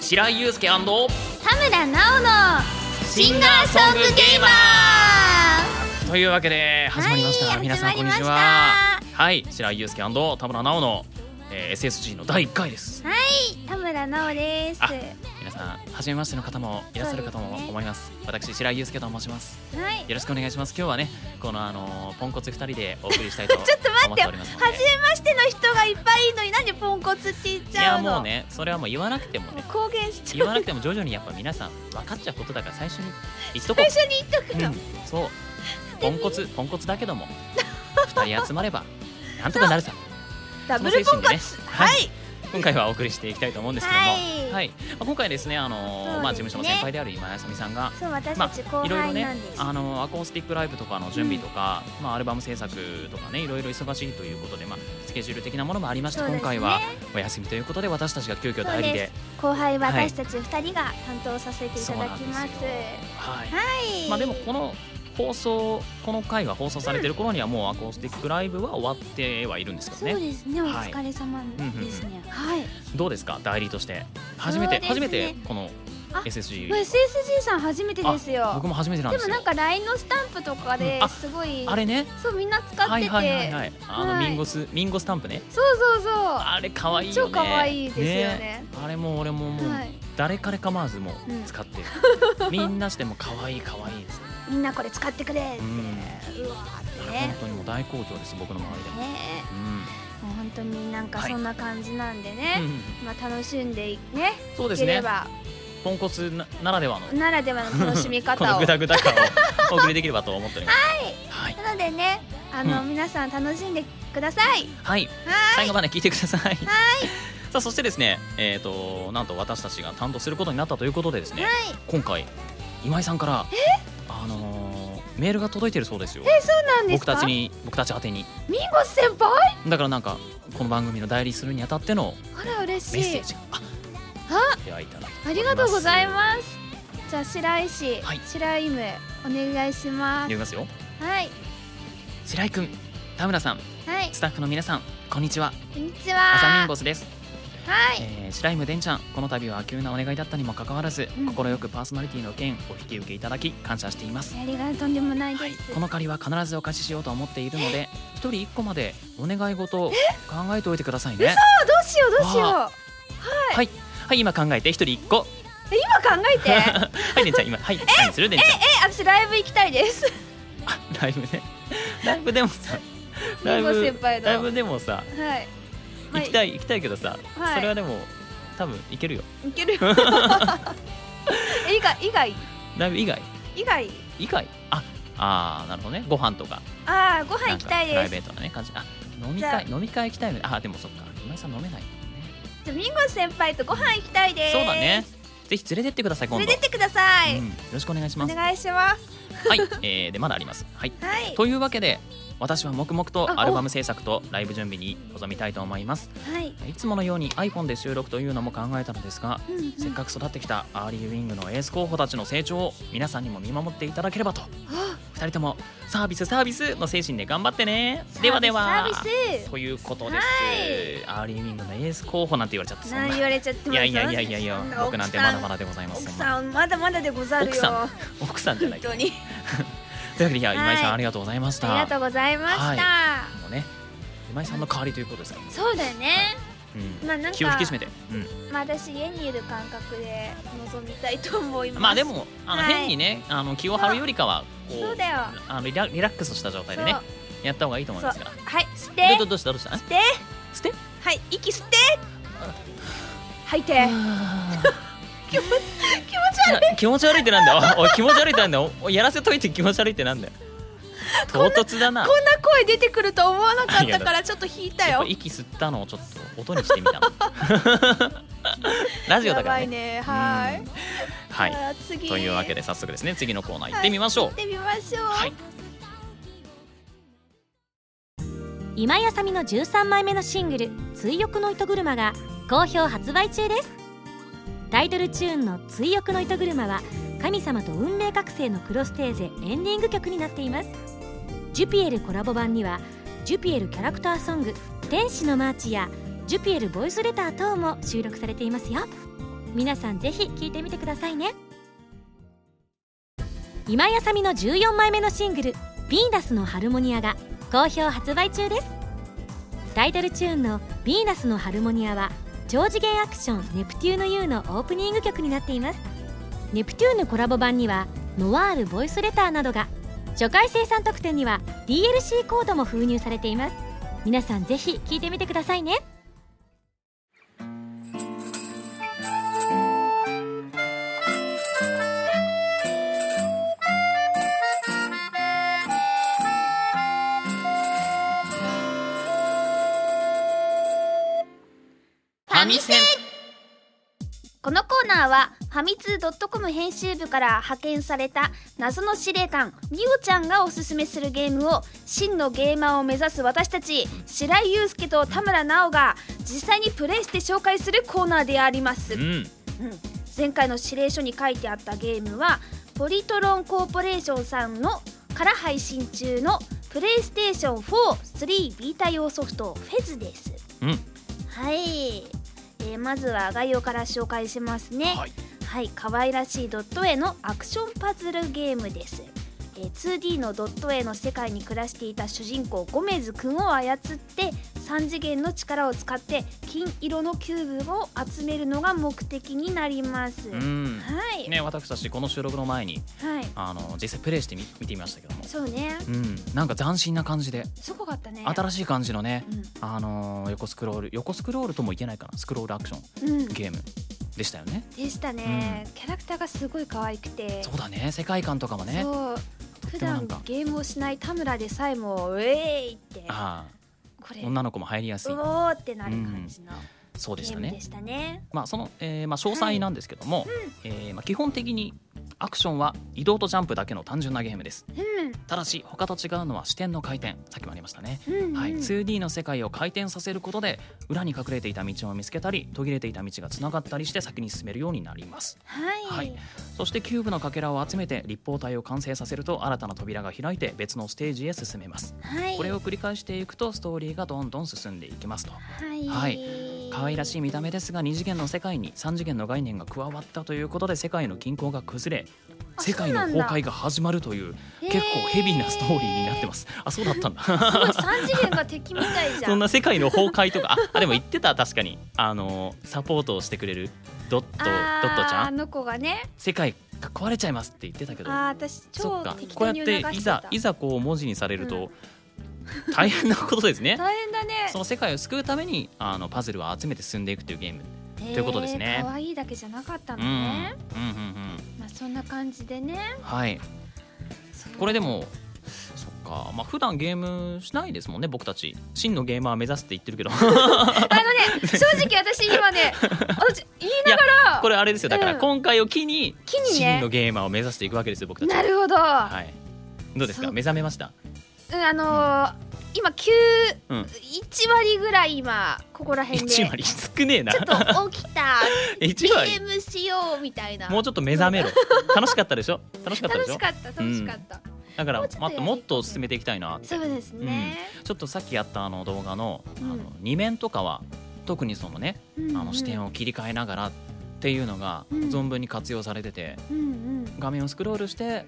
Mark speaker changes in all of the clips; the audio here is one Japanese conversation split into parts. Speaker 1: 白井祐介
Speaker 2: 田村直のシンガーソングゲーマ
Speaker 1: というわけで始まりました、
Speaker 2: はい
Speaker 1: 皆さんこんにち
Speaker 2: 始まり
Speaker 1: は
Speaker 2: ま
Speaker 1: はい白井祐介田村奈緒の、えー SSG の第1回です
Speaker 2: ーはい田村直です
Speaker 1: あ
Speaker 2: はい
Speaker 1: 皆さん初めましての方もいらっしゃるかとも
Speaker 2: そうですね
Speaker 1: 思います私白井祐介と申しますよろしくお願いします今日はねこのあのーポンコツ2人でお送りしたいと思
Speaker 2: ちょ っと待
Speaker 1: っ
Speaker 2: っ
Speaker 1: てて
Speaker 2: よ
Speaker 1: おりますので
Speaker 2: 初めましての人がいっぱいいるのになんでポンコツって言っち
Speaker 1: い
Speaker 2: ゃ
Speaker 1: や
Speaker 2: うの
Speaker 1: もうねそれはもう言わなくても
Speaker 2: もう
Speaker 1: ね
Speaker 2: 公言しち
Speaker 1: 言
Speaker 2: ゃ
Speaker 1: わ
Speaker 2: う
Speaker 1: なくても徐々にやっぱ皆さん分かっちゃうことだから最初に言っとこ
Speaker 2: 最
Speaker 1: う
Speaker 2: 初に言っとくの、
Speaker 1: うんそうポンコツポンコツだけども2人集まれ ばなんとかなるさ
Speaker 2: ダブルポ
Speaker 1: その
Speaker 2: ンコツ、
Speaker 1: 精神でね
Speaker 2: はい、
Speaker 1: 今回はお送りしていきたいと思うんですけども、
Speaker 2: はい
Speaker 1: まあ今回ですねあのー
Speaker 2: そうですね
Speaker 1: まあ、事務所の先輩である今井あさみさんが、
Speaker 2: そう私
Speaker 1: ま
Speaker 2: たち後
Speaker 1: あ、いろいろ
Speaker 2: 輩
Speaker 1: ね
Speaker 2: なんです、
Speaker 1: あのーアコースティックライブとかの準備とか、まあ、アルバム制作とかねいろいろ忙しいということで、まあ、スケジュール的なものもありまして、
Speaker 2: そうですね
Speaker 1: 今回はお休みということで私たちが急遽代理で
Speaker 2: 後輩は私たち二人が担当させていた
Speaker 1: そう
Speaker 2: だ
Speaker 1: なん
Speaker 2: き
Speaker 1: です
Speaker 2: ます
Speaker 1: よ、はい
Speaker 2: はい
Speaker 1: まあ、でもこの放送この回が放送されてる頃にはもうアコースティックライブは終わってはいるんですけど
Speaker 2: そう
Speaker 1: ね
Speaker 2: ですね、
Speaker 1: はい
Speaker 2: お疲れ様ですね、はい
Speaker 1: どうですか代理として初めて、
Speaker 2: そうで
Speaker 1: 初
Speaker 2: すね
Speaker 1: めてこの
Speaker 2: あ
Speaker 1: SSG
Speaker 2: まあ SSG さん初めてです
Speaker 1: あ
Speaker 2: よ
Speaker 1: 僕も初めてなん
Speaker 2: で
Speaker 1: です
Speaker 2: も
Speaker 1: よ
Speaker 2: なんか LINE のスタンプとかで
Speaker 1: うんあ
Speaker 2: すごい、
Speaker 1: あれね
Speaker 2: そうみんな使ってて、
Speaker 1: はいはいはいはいあの、
Speaker 2: はい
Speaker 1: ミンゴスミンゴスタンプね
Speaker 2: そうそうそう
Speaker 1: あれ可愛いよね
Speaker 2: 超可愛いですよね
Speaker 1: あれも俺ももう、
Speaker 2: はい
Speaker 1: 誰彼構わずもう
Speaker 2: うん
Speaker 1: 使ってる、 みんなしても可愛い可愛いですね
Speaker 2: みんなこれ使ってくれって、
Speaker 1: う
Speaker 2: うんわーっ
Speaker 1: あ
Speaker 2: て
Speaker 1: れ本
Speaker 2: ね
Speaker 1: 当にもう大好評です僕の周りでも、
Speaker 2: ねもう本当になんか
Speaker 1: はい
Speaker 2: そんな感じなんで
Speaker 1: うん
Speaker 2: ね、
Speaker 1: うん
Speaker 2: まあ楽しんでいね
Speaker 1: そうで
Speaker 2: い
Speaker 1: す
Speaker 2: けれ
Speaker 1: ね
Speaker 2: ば
Speaker 1: ポンコツなならではの
Speaker 2: ならではの楽し み
Speaker 1: こ
Speaker 2: 方
Speaker 1: の
Speaker 2: を
Speaker 1: グ
Speaker 2: な
Speaker 1: ダグダ感をお送りできればと思っておりますはい、はい
Speaker 2: のでねあの、
Speaker 1: う
Speaker 2: 皆さん楽しんでください
Speaker 1: 最後まで聞いてくださいさあそしてですねえっ、となんと私たちが担当することになったということでですね、
Speaker 2: はい
Speaker 1: 今回今井さんからあのーメールが届いてるそうですよ
Speaker 2: そうなんです
Speaker 1: 僕
Speaker 2: か
Speaker 1: たちに僕たち宛てに
Speaker 2: ミンゴス先輩
Speaker 1: だからなんかこの番組の代理するにあたっての
Speaker 2: あら嬉しい
Speaker 1: メッセージがあではいただいて
Speaker 2: ありがとうございます。じゃあ白井氏、
Speaker 1: はい
Speaker 2: 白井夢お願いします。
Speaker 1: 読みますよ
Speaker 2: はい
Speaker 1: 白井くん田村さん
Speaker 2: はい
Speaker 1: スタッフの皆さんこんにちは
Speaker 2: こんにち
Speaker 1: アサミン
Speaker 2: は。
Speaker 1: ゴスです
Speaker 2: はい
Speaker 1: えー、白井無伝ちゃんこの度は急なお願いだったにもかかわらず
Speaker 2: うん
Speaker 1: 快、くパーソナリティの件お引き受けいただき感謝しています、
Speaker 2: ありがとうとんでもない
Speaker 1: はい
Speaker 2: で、す。
Speaker 1: この借りは必ずお貸ししようと思っているので一人一個までお願い事を考えておいてくださいね
Speaker 2: あどうしようどうしよう。
Speaker 1: わはいはい今考えて一人一個
Speaker 2: え今考 えて。え
Speaker 1: はいでんちゃん今はい何するでんち
Speaker 2: 私ライブ行きたいです。
Speaker 1: ゃんあライブねライブでも さラ
Speaker 2: ミ
Speaker 1: イ
Speaker 2: ンゴス
Speaker 1: ブ
Speaker 2: 先輩の
Speaker 1: ライブでもさ
Speaker 2: はい。
Speaker 1: 行きたい行きたいけどさ、
Speaker 2: はい
Speaker 1: それはでも多分行けるよ
Speaker 2: いける。え以外以外
Speaker 1: ライブ以外
Speaker 2: 以外。
Speaker 1: 以外ああーなるほどねご飯とか
Speaker 2: ああご飯行きたい
Speaker 1: なんかプライ
Speaker 2: です
Speaker 1: ベ。ートなね感じあ飲み
Speaker 2: じゃあ
Speaker 1: 会飲み会行きたいのねあでもそっか今井さん飲めないもんね
Speaker 2: じゃあミンゴス先輩とご飯行きたいです。
Speaker 1: そうだね。ぜひ連れてってください今
Speaker 2: 連
Speaker 1: 度
Speaker 2: れてってください。
Speaker 1: うん、よろしくお願いし
Speaker 2: お
Speaker 1: ます
Speaker 2: 願いします。
Speaker 1: はい、えー、でまだありますはい
Speaker 2: はい。
Speaker 1: というわけで私は黙々と
Speaker 2: あ
Speaker 1: アルバム制作とライブ準備に臨みたいと思います
Speaker 2: はい。
Speaker 1: いつものように iPhone で収録というのも考えたのですが
Speaker 2: うんうん
Speaker 1: せっかく育ってきたアーリーウィングのエース候補たちの成長を皆さんにも見守っていただければと2人ともサービスサービスの精神で頑張ってねではでは
Speaker 2: サービス
Speaker 1: ということです、アーリーウィングのエース候補なんて言われちゃってそんな
Speaker 2: 何言われちゃって
Speaker 1: い
Speaker 2: も
Speaker 1: やいやいやいやいや
Speaker 2: そん
Speaker 1: 僕なんてまだまだでございま
Speaker 2: 奥
Speaker 1: すそんな
Speaker 2: さんまだまだでござるよ
Speaker 1: 奥さん奥さんじゃな
Speaker 2: 本
Speaker 1: いという
Speaker 2: 当に
Speaker 1: わけでいや今井さん、
Speaker 2: はい
Speaker 1: ありがとうございました
Speaker 2: ありがとうございました、
Speaker 1: もうね今井さんの代わりということですけど、
Speaker 2: そうだよね、
Speaker 1: うん
Speaker 2: まあなんか
Speaker 1: 気を引き締めて、うん
Speaker 2: まあ私家にいる感覚で臨みたいと思います
Speaker 1: まあでもあの
Speaker 2: はい
Speaker 1: 変にね、あの気を張るよりかはこう
Speaker 2: そうだよ
Speaker 1: あのリラリラックスした状態でねやった方がいいと思いますから
Speaker 2: はい捨て
Speaker 1: でどどうしたどうした
Speaker 2: 捨て
Speaker 1: 捨て
Speaker 2: はい息捨て吐いて
Speaker 1: あ
Speaker 2: 気持ち
Speaker 1: ーな 気持ち悪いってなんだよおい気持ち悪いってなんだよおいやらせといて気持ち悪いってなんだよ唐突だな
Speaker 2: こんな声出てくると思わなか
Speaker 1: あ
Speaker 2: っ
Speaker 1: りが
Speaker 2: た
Speaker 1: とう
Speaker 2: からちょっと引いた
Speaker 1: やっ
Speaker 2: よ
Speaker 1: ぱ息吸ったのをちょっと音にしてみ たのラジオ
Speaker 2: や
Speaker 1: だから
Speaker 2: ば
Speaker 1: ね
Speaker 2: いねはい
Speaker 1: うんはい
Speaker 2: じゃあ次
Speaker 1: というわけで早速ですね次のコーナー行ってみましょう
Speaker 2: 行っ、てみましょう
Speaker 1: はい
Speaker 3: 今井あさみの13枚目のシングル「追憶の糸車」が好評発売中ですタイトルチューンの「追憶の糸車」は神様と運命覚醒のクロステーゼエンディング曲になっていますジュピエルコラボ版にはジュピエルキャラクターソング「天使のマーチ」や「ジュピエルボイスレター」等も収録されていますよ皆さんぜひ聴いてみてくださいね今井あさみの14枚目のシングル「ヴィーナスのハルモニア」が好評発売中ですタイトルチューンの「ヴィーナスのハルモニア」は超次元アクション「ネプテューヌ U」のオープニング曲になっていますネプテューヌコラボ版にはノワールボイスレターなどが初回生産特典には DLC コードも封入されています皆さんぜひ聞いてみてくださいね
Speaker 2: ファミセこのコーナーはファミツー .com 編集部から派遣された謎の司令官ミオちゃんがおすすめするゲームを真のゲーマーを目指す私たち白井祐介と田村奈緒が実際にプレイして紹介するコーナーであります、
Speaker 1: う
Speaker 2: うん、
Speaker 1: ん
Speaker 2: 前回の指令書に書いてあったゲームはポリトロンコーポレーションさんのから配信中のプレイステーション43ビータ用ソフトフェズです
Speaker 1: うん
Speaker 2: はい、えーまずは概要から紹介しますね
Speaker 1: はい
Speaker 2: はい、可愛らしいドット絵のアクションパズルゲームです。えー 2D のドット絵の世界に暮らしていた主人公ゴメズくんを操って3次元の力を使って金色のキューブを集めるのが目的になります。
Speaker 1: う
Speaker 2: は
Speaker 1: ん
Speaker 2: い、
Speaker 1: ね私たちこの収録の前に
Speaker 2: はい、
Speaker 1: あの実際プレイしてみ見てみましたけども
Speaker 2: そうね、
Speaker 1: うんなんか斬新な感じです
Speaker 2: ごかったね。
Speaker 1: 新しい感じのね
Speaker 2: うん
Speaker 1: あのー横スクロール横スクロールともいけないかなスクロールアクション
Speaker 2: うん、で
Speaker 1: ゲームでしたよね
Speaker 2: したね、キャラクターがすごい可愛くて、
Speaker 1: そうだね世界観とかもね
Speaker 2: そう普
Speaker 1: てもな
Speaker 2: 段
Speaker 1: んか
Speaker 2: ゲームをしない田村でさえもウェーイって
Speaker 1: あ
Speaker 2: こ
Speaker 1: あ
Speaker 2: れ
Speaker 1: 女の子も入りやす
Speaker 2: う
Speaker 1: い
Speaker 2: おーってなる感じの
Speaker 1: そうで
Speaker 2: ゲ
Speaker 1: し
Speaker 2: ー
Speaker 1: た
Speaker 2: ム
Speaker 1: ね
Speaker 2: でしたね。
Speaker 1: まあその、えーまあ、詳細なんですけども、えーまあ、基本的にアクションは移動とジャンプだけの単純なゲームです
Speaker 2: う
Speaker 1: ただし他と違うのは視点の回転さっきもありましたね、
Speaker 2: ん、うん、
Speaker 1: はい、
Speaker 2: うん
Speaker 1: 2D の世界を回転させることで裏に隠れていた道を見つけたり途切れていた道がつながったりして先に進めるようになります
Speaker 2: はい、
Speaker 1: はいそしてキューブのかけらを集めて立方体を完成させると新たな扉が開いて別のステージへ進めます
Speaker 2: はい、
Speaker 1: これを繰り返していくとストーリーがどんどん進んでいきますと
Speaker 2: はい、
Speaker 1: はい可愛らしい見た目ですが2次元の世界に3次元の概念が加わったということで世界の均衡が崩れ
Speaker 2: あ
Speaker 1: 世界の
Speaker 2: そうな
Speaker 1: 崩
Speaker 2: ん
Speaker 1: 壊
Speaker 2: だ
Speaker 1: が始まるという
Speaker 2: へー
Speaker 1: 結構ヘビーなストーリーになってますあそうだったんだ
Speaker 2: すごい三次元が敵みたいじゃん。
Speaker 1: そんな世界の崩壊とかああでも言ってた確かにあのサポートをしてくれるドットド
Speaker 2: あー
Speaker 1: ットちゃ
Speaker 2: あ
Speaker 1: ん
Speaker 2: の子がね、
Speaker 1: 世界が壊れちゃいますって言ってたけど
Speaker 2: あー私
Speaker 1: そっ
Speaker 2: 超
Speaker 1: か
Speaker 2: 適
Speaker 1: こう
Speaker 2: 当
Speaker 1: やっ
Speaker 2: に促して
Speaker 1: い
Speaker 2: てた。
Speaker 1: ざいざこう文字にされると、大変なことです ね
Speaker 2: 大変だね。
Speaker 1: その世界を救うためにあのパズルを集めて進んでいくというゲーム
Speaker 2: と
Speaker 1: ということですね
Speaker 2: 可愛いだけじゃなかった
Speaker 1: うん
Speaker 2: の
Speaker 1: うん
Speaker 2: ね。
Speaker 1: うんうん
Speaker 2: まあそんな感じでね。
Speaker 1: はい、
Speaker 2: そう
Speaker 1: これでもそっかまあ普段ゲームしないですもんね僕たち真のゲーマー目指すって言ってるけど
Speaker 2: あのね、正直私今ね、私言いなが ら、
Speaker 1: これあれですよだから
Speaker 2: うん
Speaker 1: 今回を機に
Speaker 2: 機にね
Speaker 1: 真のゲーマーを目指していくわけですよ僕たち
Speaker 2: なるほど。
Speaker 1: はいどうです
Speaker 2: そ
Speaker 1: か
Speaker 2: う
Speaker 1: 目覚めました
Speaker 2: うん、あのー今九
Speaker 1: うん
Speaker 2: 一割ぐらい今ここら辺で。
Speaker 1: 1割少ねえな
Speaker 2: ちょっと起き た
Speaker 1: 1
Speaker 2: ゲ
Speaker 1: 割
Speaker 2: ームしようみたいな
Speaker 1: もうちょっと目覚めろ楽しかったでしょ楽しかったでし
Speaker 2: 楽
Speaker 1: ょ
Speaker 2: しかった楽しかった、
Speaker 1: だからも
Speaker 2: もう
Speaker 1: っ
Speaker 2: ちょっとやり
Speaker 1: ともっと進めていきたいなって
Speaker 2: そうですね、
Speaker 1: ちょっとさっきやったあの動画のあ
Speaker 2: う
Speaker 1: の
Speaker 2: ん
Speaker 1: 2面とかは特にそのね
Speaker 2: うん
Speaker 1: あの視点
Speaker 2: を、
Speaker 1: を切り替えながらっていうのが
Speaker 2: うん
Speaker 1: 存分に活用されてて
Speaker 2: うんうん
Speaker 1: 画面をスクロールして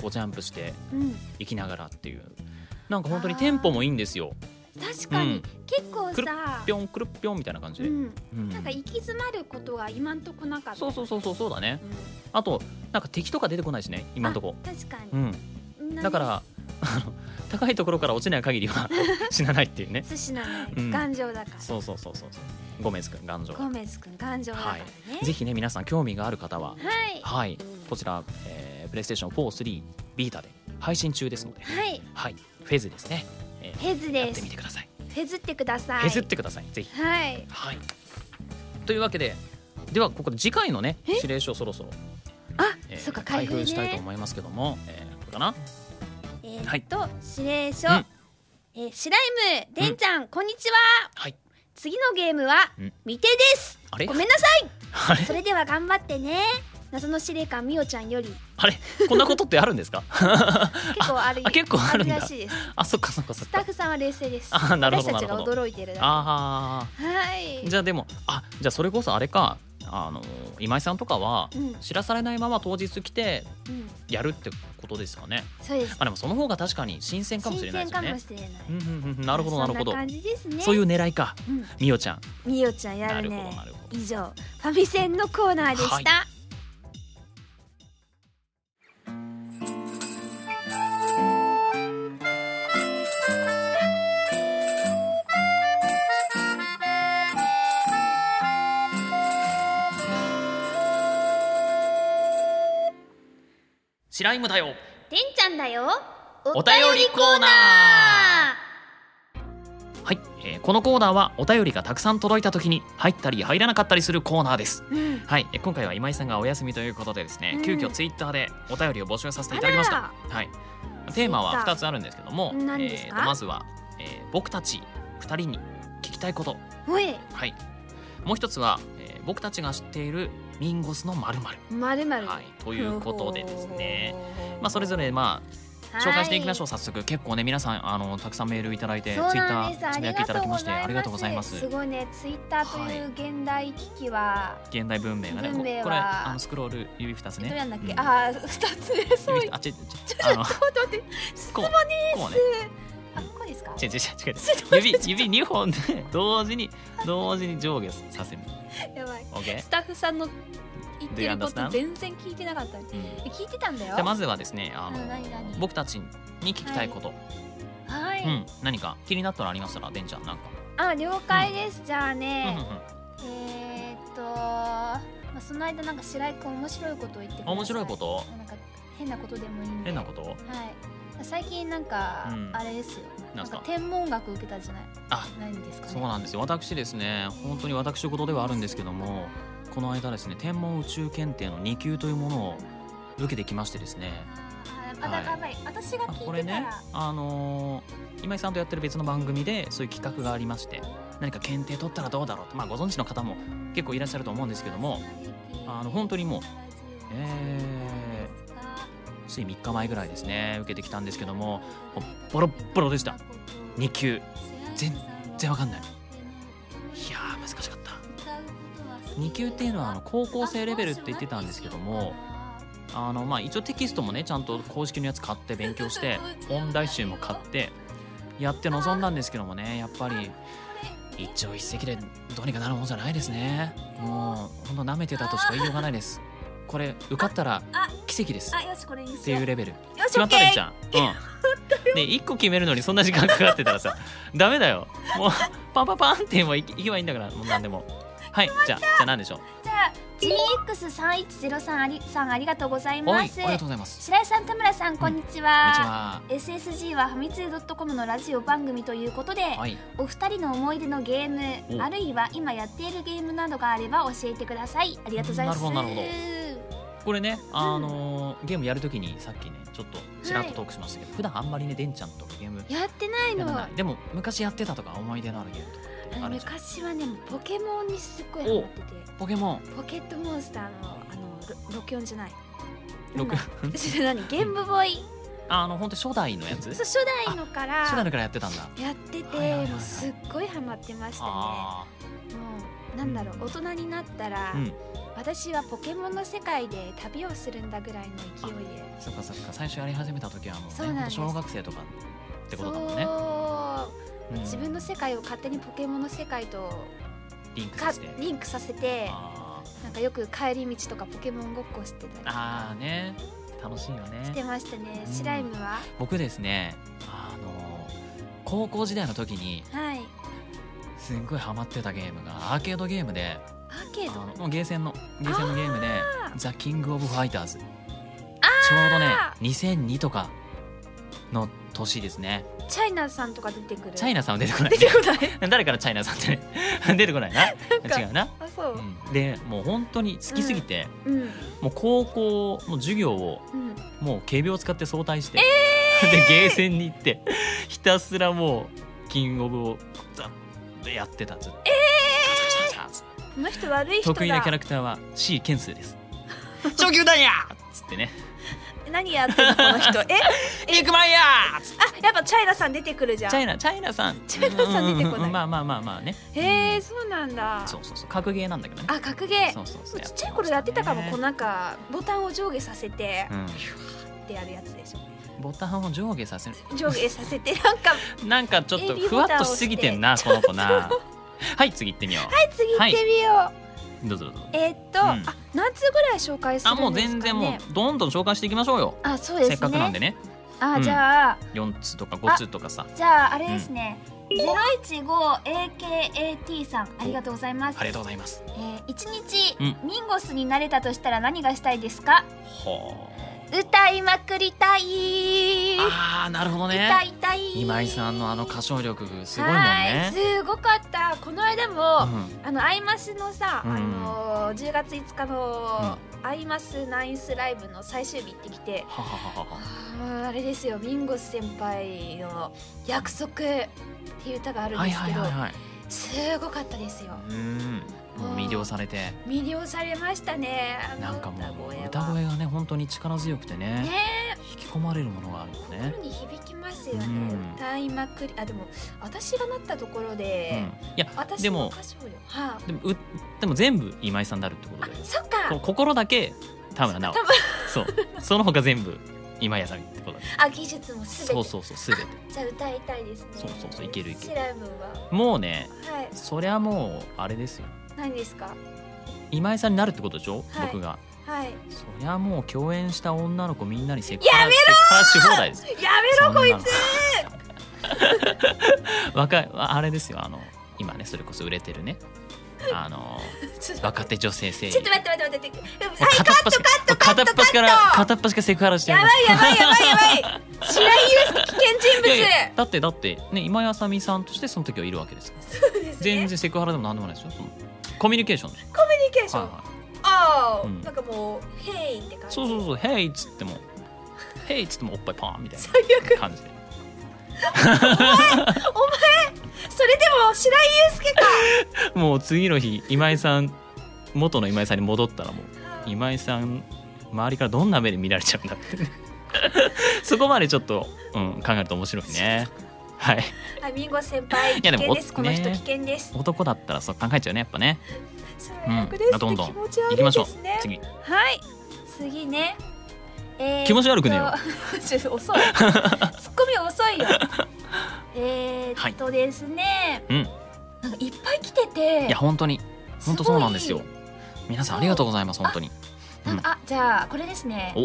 Speaker 1: こうジャンプして
Speaker 2: うん、
Speaker 1: いきながらっていうなんか本当にテンポもいいんですよ
Speaker 2: 確かに、
Speaker 1: うん
Speaker 2: 結構
Speaker 1: くる
Speaker 2: さ
Speaker 1: ぴょんくるっぴょんみたいな感じ
Speaker 2: う
Speaker 1: で、うん
Speaker 2: ん、なんか行き詰まることが今んとこなかった
Speaker 1: そうそうそうそうそうだね
Speaker 2: うん
Speaker 1: あとなんか敵とか出てこないしね今のとこ
Speaker 2: あ確かに
Speaker 1: う、ん
Speaker 2: みんなね
Speaker 1: だからあの高いところから落ちない限りは死なないっていうね
Speaker 2: 寿司なのね、
Speaker 1: うん
Speaker 2: 頑丈だから
Speaker 1: そうそうそうそうそうごめんすくん頑丈
Speaker 2: ゴメス君頑丈だからね、
Speaker 1: ぜひね皆さん興味がある方は
Speaker 2: はい
Speaker 1: はい、こちら、えー、プレイステーション43ビータで配信中ですので、
Speaker 2: はい
Speaker 1: はい、フェズですね。え
Speaker 2: フェズ
Speaker 1: ー、やっ
Speaker 2: で
Speaker 1: て
Speaker 2: す
Speaker 1: みてください。
Speaker 2: フェズってください
Speaker 1: フェズってください、ぜひ。
Speaker 2: はい
Speaker 1: はい。というわけで、ではここで次回のね指令書をそろそろ、
Speaker 2: あ、
Speaker 1: えー
Speaker 2: そっか
Speaker 1: 開
Speaker 2: 開封
Speaker 1: 封
Speaker 2: ね
Speaker 1: したいと思いますけども、えー、これかな。
Speaker 2: えー
Speaker 1: は
Speaker 2: っ
Speaker 1: い
Speaker 2: と、指令書、
Speaker 1: うん
Speaker 2: えーシライム、デンちゃん、こんにちは。
Speaker 1: はい。
Speaker 2: 次のゲームは、
Speaker 1: うん
Speaker 2: 未定です。
Speaker 1: あれ
Speaker 2: ごめんなさい。
Speaker 1: あれ
Speaker 2: それでは頑張ってね。謎の司令官みおちゃんより
Speaker 1: あれこんなことってあるんですか
Speaker 2: 結構ある
Speaker 1: あ結構あるんだ
Speaker 2: らしいです
Speaker 1: あそっかそっかそっ
Speaker 2: スタッ
Speaker 1: か
Speaker 2: フさんは冷静です
Speaker 1: あなるほど
Speaker 2: 私たち
Speaker 1: なる
Speaker 2: が
Speaker 1: ほど
Speaker 2: 驚いてるだけは
Speaker 1: あ
Speaker 2: い
Speaker 1: あじゃあでもあじゃあそれこそあれかあの今井さんとかは
Speaker 2: うんうん
Speaker 1: 知らされないまま当日来てやるってことですかね
Speaker 2: そうです
Speaker 1: あでもその方が確かに新鮮かもし
Speaker 2: 新
Speaker 1: れないで
Speaker 2: 鮮
Speaker 1: すよ
Speaker 2: かも
Speaker 1: ね
Speaker 2: しれない
Speaker 1: うんうんうんなるほどなるほど
Speaker 2: そんな感じですね
Speaker 1: そういう狙いか
Speaker 2: うん
Speaker 1: みおちゃん
Speaker 2: みおちゃんやる
Speaker 1: なるほど
Speaker 2: ね
Speaker 1: なるほど
Speaker 2: 以上ファミセンのコーナーでした、
Speaker 1: はい白井無だよ
Speaker 2: てんちゃんだよ
Speaker 1: お便りコーナー
Speaker 2: あ
Speaker 1: はい、えーこのコーナーはお便りがたくさん届いた時に入ったり入らなかったりするコーナーです
Speaker 2: ーうん
Speaker 1: はい、えー今回は今井さんがお休みということでですね、
Speaker 2: うん
Speaker 1: 急遽ツイッターでお便りを募集させていただきまし
Speaker 2: あ
Speaker 1: たはいテーマは
Speaker 2: Twitter
Speaker 1: 2つあるんですけども
Speaker 2: 何ですか
Speaker 1: えーとまずは、えー僕たち2人に聞きたいこと
Speaker 2: ほえ
Speaker 1: はいもう一つは、えー僕たちが知っているミンゴスのまるまる
Speaker 2: まるまる
Speaker 1: はいということでですねまあそれぞ
Speaker 2: れ
Speaker 1: れまあ紹介していきましょう早速結構ね皆さんあのたくさんメールいただいてツイ
Speaker 2: そう
Speaker 1: ッ
Speaker 2: な
Speaker 1: タ
Speaker 2: んです
Speaker 1: ーつぶやいていただきましてありがとうございます
Speaker 2: ごいねツイッターという現代機器は、
Speaker 1: 現代文明がね
Speaker 2: 文明は
Speaker 1: これあのスクロール指二つ
Speaker 2: ど
Speaker 1: ね
Speaker 2: れなんだっけ、
Speaker 1: うん
Speaker 2: ああ二つねそう
Speaker 1: 指二
Speaker 2: ちょ
Speaker 1: つあちょちょあの
Speaker 2: っと待って
Speaker 1: こうこうね
Speaker 2: あここですか
Speaker 1: 違う違う違う違う指指二本で同時に同時に上下させる
Speaker 2: やばい
Speaker 1: OK
Speaker 2: スタッフさんの言ってる
Speaker 1: Do
Speaker 2: こ
Speaker 1: you understand？
Speaker 2: と全然聞いてなかったえ
Speaker 1: うんじ
Speaker 2: 聞いてたんだよ
Speaker 1: ゃあまずはですねあ
Speaker 2: あ
Speaker 1: の
Speaker 2: 何何
Speaker 1: 僕たちに聞きたいこと、
Speaker 2: はい、
Speaker 1: うん何か気になったのありましたらでんちゃんなんか、
Speaker 2: あ了解です、じゃあ
Speaker 1: うんう
Speaker 2: ね、
Speaker 1: んうん
Speaker 2: えー、っと、まあ、その間なんか白井くん面白いことを言ってください
Speaker 1: 面白いこと
Speaker 2: なんか変なことでもいいんで
Speaker 1: 変なこと
Speaker 2: はい最近なんか、
Speaker 1: うん
Speaker 2: あれですよ
Speaker 1: な
Speaker 2: なんん
Speaker 1: すか
Speaker 2: か天文学受けたじゃない
Speaker 1: あ
Speaker 2: ないんですかね
Speaker 1: そうなんですよ私ですね本当に私事ではあるんですけどもこの間ですね天文宇宙検定の2級というものを受けてきましてですね
Speaker 2: あーあだからやばい私が
Speaker 1: あ
Speaker 2: 聞
Speaker 1: こ
Speaker 2: い
Speaker 1: れ
Speaker 2: てたら、
Speaker 1: ねあのー今井さんとやってる別の番組でそういう企画がありまして何か検定取ったらどうだろうって、まあ、ご存知の方も結構いらっしゃると思うんですけどもあの本当にもうえーつい3日前ぐらいですね受けてきたんですけどももうボロッボロでした2級全然わかんないいやー難しかった2級っていうのはあの高校生レベルって言ってたんですけどもあのまあ一応テキストもねちゃんと公式のやつ買って勉強して問題集も買ってやって臨んだんですけどもねやっぱり一朝一夕でどうにかなるもんじゃないですねもうほんと舐めてたとしか言いようがないですこれ受かったら奇跡です
Speaker 2: あよしこれに
Speaker 1: っ
Speaker 2: してよう
Speaker 1: いう
Speaker 2: よ
Speaker 1: レベル
Speaker 2: し
Speaker 1: 決ま
Speaker 2: OK
Speaker 1: ったらいいじゃんうんね一個決めるのにそんな時間かかってたらさダメだよもうパンパンパンって言えばいいけばいいんだからもう何でもはいじゃあじゃあ何でしょう
Speaker 2: じゃあ GX3103 ありさんありがとうござい
Speaker 1: はいあ
Speaker 2: ま
Speaker 1: り
Speaker 2: す
Speaker 1: がとうございます
Speaker 2: 白井さん田村さんこんにち
Speaker 1: こんにち
Speaker 2: は、
Speaker 1: は
Speaker 2: SSG はファミツー .com のラジオ番組ということで、
Speaker 1: はい
Speaker 2: お二人の思い出のゲー
Speaker 1: お
Speaker 2: ムあるいは今やっているゲームなどがあれば教えてくださいありがとうございます
Speaker 1: なるほどなるほこれね、あのーゲームやるときにさっきねちょっとちらっとトークしましたけど、普段あんまりねでんちゃんとかゲーム
Speaker 2: やってない
Speaker 1: や
Speaker 2: の
Speaker 1: らないでも昔やってたとか思い出のあるゲームとかってあるじゃん
Speaker 2: 昔はねポケモンにすっごいハマってて
Speaker 1: ポケモン
Speaker 2: ポケットモンスターのあのロ64じゃない
Speaker 1: 6
Speaker 2: 64何ゲームボーイ
Speaker 1: あの本当初代のやつ
Speaker 2: そう
Speaker 1: 初
Speaker 2: 初代のから
Speaker 1: 代のからやってたんだ
Speaker 2: やってて、
Speaker 1: はいはいはいはい
Speaker 2: もうすっごいハマってましたね
Speaker 1: あ
Speaker 2: もうなんだろう大人になったら、
Speaker 1: あうん
Speaker 2: 私はポケモンの世界で旅をするんだぐらいの勢いで
Speaker 1: そっかそっか最初やり始めた時はもうね
Speaker 2: そうなんです
Speaker 1: ほんと小学生とかってことだもんね、
Speaker 2: そう
Speaker 1: うん
Speaker 2: 自分の世界を勝手にポケモンの世界と
Speaker 1: リンク
Speaker 2: か
Speaker 1: して
Speaker 2: リンクさせて
Speaker 1: あー
Speaker 2: なんかよく帰り道とかポケモンごっこしてたり
Speaker 1: あーね楽しいよ
Speaker 2: して
Speaker 1: ね
Speaker 2: ましたね
Speaker 1: うん
Speaker 2: シライムは、
Speaker 1: 僕ですねあの高校時代の時に
Speaker 2: はい
Speaker 1: すっごいハマってたゲームがアーケードゲームで
Speaker 2: アーケ
Speaker 1: あ
Speaker 2: ード
Speaker 1: のもうゲーセンのゲーセンのゲームで「ザ・キング・オブ・ファイターズ」ちょうどね2002とかの年ですね
Speaker 2: チャイナさんとか出てくる
Speaker 1: チャイ
Speaker 2: ナ
Speaker 1: ナさんは出てこない
Speaker 2: 出てこな い
Speaker 1: 誰からチャイナさんってね出てこない
Speaker 2: ん
Speaker 1: な
Speaker 2: か
Speaker 1: 違うな、
Speaker 2: あそう
Speaker 1: うん、でもう本当に好きすぎて、
Speaker 2: うんうん、
Speaker 1: もう高校の授業をもう警備を使って早退して、でゲーセンに行ってひたすらもうキングオブをザッてやってたずっと、ガチャガチャガチャガチャ
Speaker 2: この人悪い人だ
Speaker 1: 得意なキャラクターは C ケンスーです初級弾やつってね
Speaker 2: 何やってんのこの人え
Speaker 1: 肉まんやつっ
Speaker 2: あやっぱチャイナさん出てくるじ
Speaker 1: て
Speaker 2: ゃ
Speaker 1: チャイ
Speaker 2: ん
Speaker 1: ナチャイナさん
Speaker 2: チャイナさん出てこな
Speaker 1: うんう
Speaker 2: い
Speaker 1: んうんまあまあまあまあね
Speaker 2: へえそうなんだ
Speaker 1: そうそうそう格ゲーなんだけどね
Speaker 2: あ格ゲ
Speaker 1: そ
Speaker 2: ー
Speaker 1: うそうそう
Speaker 2: ちっちゃい頃やってたかも
Speaker 1: ね
Speaker 2: こうなんかボタンを上下させて
Speaker 1: うん
Speaker 2: ってやるやつでしょ
Speaker 1: ボタンを上下させる
Speaker 2: 上下させてなん かは
Speaker 1: なんかちょっとふわっとしすぎてんなこの子なはい次行ってみよう、
Speaker 2: い次行ってみよう、
Speaker 1: どうぞどうぞ
Speaker 2: えーっと、
Speaker 1: うん
Speaker 2: あ何通ぐらい紹介する
Speaker 1: あ
Speaker 2: んですかね
Speaker 1: もう全然もうどんどん紹介していきましょうよ、
Speaker 2: あそうですね
Speaker 1: せっかくなんでね
Speaker 2: あ、
Speaker 1: うん
Speaker 2: じゃあ
Speaker 1: 4つとか5つとかさ
Speaker 2: じゃああれですね、015AKAT さんありがとうございます
Speaker 1: ありがとうございます
Speaker 2: えー一日、
Speaker 1: う
Speaker 2: ミンゴスになれたとしたら何がしたいですか
Speaker 1: は
Speaker 2: 歌いまくりたい
Speaker 1: ああーなるほど
Speaker 2: 歌
Speaker 1: ね
Speaker 2: いたい
Speaker 1: 今井さんのあの歌唱力すごいもん
Speaker 2: はい
Speaker 1: ね
Speaker 2: すごかったこの間
Speaker 1: う
Speaker 2: も、
Speaker 1: ん
Speaker 2: あのアイマスのさ、
Speaker 1: うん
Speaker 2: あのー10月5日の、アイマスナインスライブの最終日行ってきて
Speaker 1: ははははは
Speaker 2: あーあれですよミンゴス先輩の「約束」っていう歌があるん
Speaker 1: は
Speaker 2: で
Speaker 1: い
Speaker 2: す
Speaker 1: は
Speaker 2: け
Speaker 1: い
Speaker 2: ど
Speaker 1: はいはい
Speaker 2: すごかったですよ
Speaker 1: うんもう魅了されて
Speaker 2: 魅了されましたねあ
Speaker 1: な
Speaker 2: の
Speaker 1: んかもう
Speaker 2: 歌
Speaker 1: 歌
Speaker 2: 声は
Speaker 1: 声がね本当に力強くてね
Speaker 2: ね
Speaker 1: 引き込まれるものがあるよね
Speaker 2: 心に響きますよね、
Speaker 1: うん
Speaker 2: 歌いまくりあでも私がなったところ
Speaker 1: うん
Speaker 2: で、
Speaker 1: いや
Speaker 2: 私
Speaker 1: で
Speaker 2: の
Speaker 1: も
Speaker 2: 歌唱よは
Speaker 1: でもうでも全部今井さんであるってこと
Speaker 2: あ、あ
Speaker 1: で
Speaker 2: そっか
Speaker 1: こう心だけ田村直
Speaker 2: 多分
Speaker 1: そうその他全部今井さんってことだ
Speaker 2: あ技術もすべて
Speaker 1: そうそうそうすべて
Speaker 2: じゃあ歌いたいですね
Speaker 1: そうそうそういけるいける
Speaker 2: シライムは
Speaker 1: もうね
Speaker 2: はい
Speaker 1: そりゃもうあれですよ
Speaker 2: 何ですか
Speaker 1: 今井さんになるってことでしょ、
Speaker 2: はい
Speaker 1: 僕が
Speaker 2: はい
Speaker 1: そりゃもう共演した女の子みんなにセクハラやめろセクハラし放題ですよ
Speaker 2: や
Speaker 1: そんなの若いあれですよあの今ねそれこそ売れてるねあの
Speaker 2: めろちょっと
Speaker 1: 若手女性声優
Speaker 2: ちょっと待って待って待って 待って
Speaker 1: もう片っ端から片っ端から片っ端からセクハラして
Speaker 2: や
Speaker 1: や
Speaker 2: ば
Speaker 1: り
Speaker 2: い
Speaker 1: ます
Speaker 2: やばいやばいやばい 白井祐介危険人物
Speaker 1: いやいやだってだってね今井あさみさんとしてその時はいるわけですから
Speaker 2: そうですね
Speaker 1: 全然セクハラでもなんでもないですよそのコミュニケーションですよ
Speaker 2: コミュニケーション、
Speaker 1: はいはい
Speaker 2: あ
Speaker 1: う
Speaker 2: あ、
Speaker 1: ん
Speaker 2: なんかもう変異って感じ
Speaker 1: そうそうそう「ヘイ」っつっても「ヘイ」っつってもおっぱいパーンみたい
Speaker 2: 最悪
Speaker 1: な感じで
Speaker 2: それでも白井祐介か
Speaker 1: もう次の日今井さん元の今井さんに戻ったらもう今井さん周りからどんな目で見られちゃうんだって ねそこまでちょっと、うん、考えると面白いねはい
Speaker 2: あミンゴ先輩
Speaker 1: い
Speaker 2: 危
Speaker 1: やでも
Speaker 2: 険です
Speaker 1: お
Speaker 2: この人
Speaker 1: ね
Speaker 2: 危険です
Speaker 1: 男だったらそう考えちゃうねやっぱね
Speaker 2: 最悪です、
Speaker 1: うんどんどん
Speaker 2: 気持ち悪
Speaker 1: 行
Speaker 2: い
Speaker 1: きましょ
Speaker 2: で
Speaker 1: う
Speaker 2: すね
Speaker 1: 次
Speaker 2: はい次ねえー
Speaker 1: 気持ち悪くねえよ
Speaker 2: と ちょっと遅いツッコミ遅 いよえーっとですね、
Speaker 1: うん
Speaker 2: なんかいっぱい来てて
Speaker 1: いや本当に本当そうなんですよ
Speaker 2: ごい
Speaker 1: 皆さんありがとうございます本当に
Speaker 2: なんかあじゃあこれですね
Speaker 1: お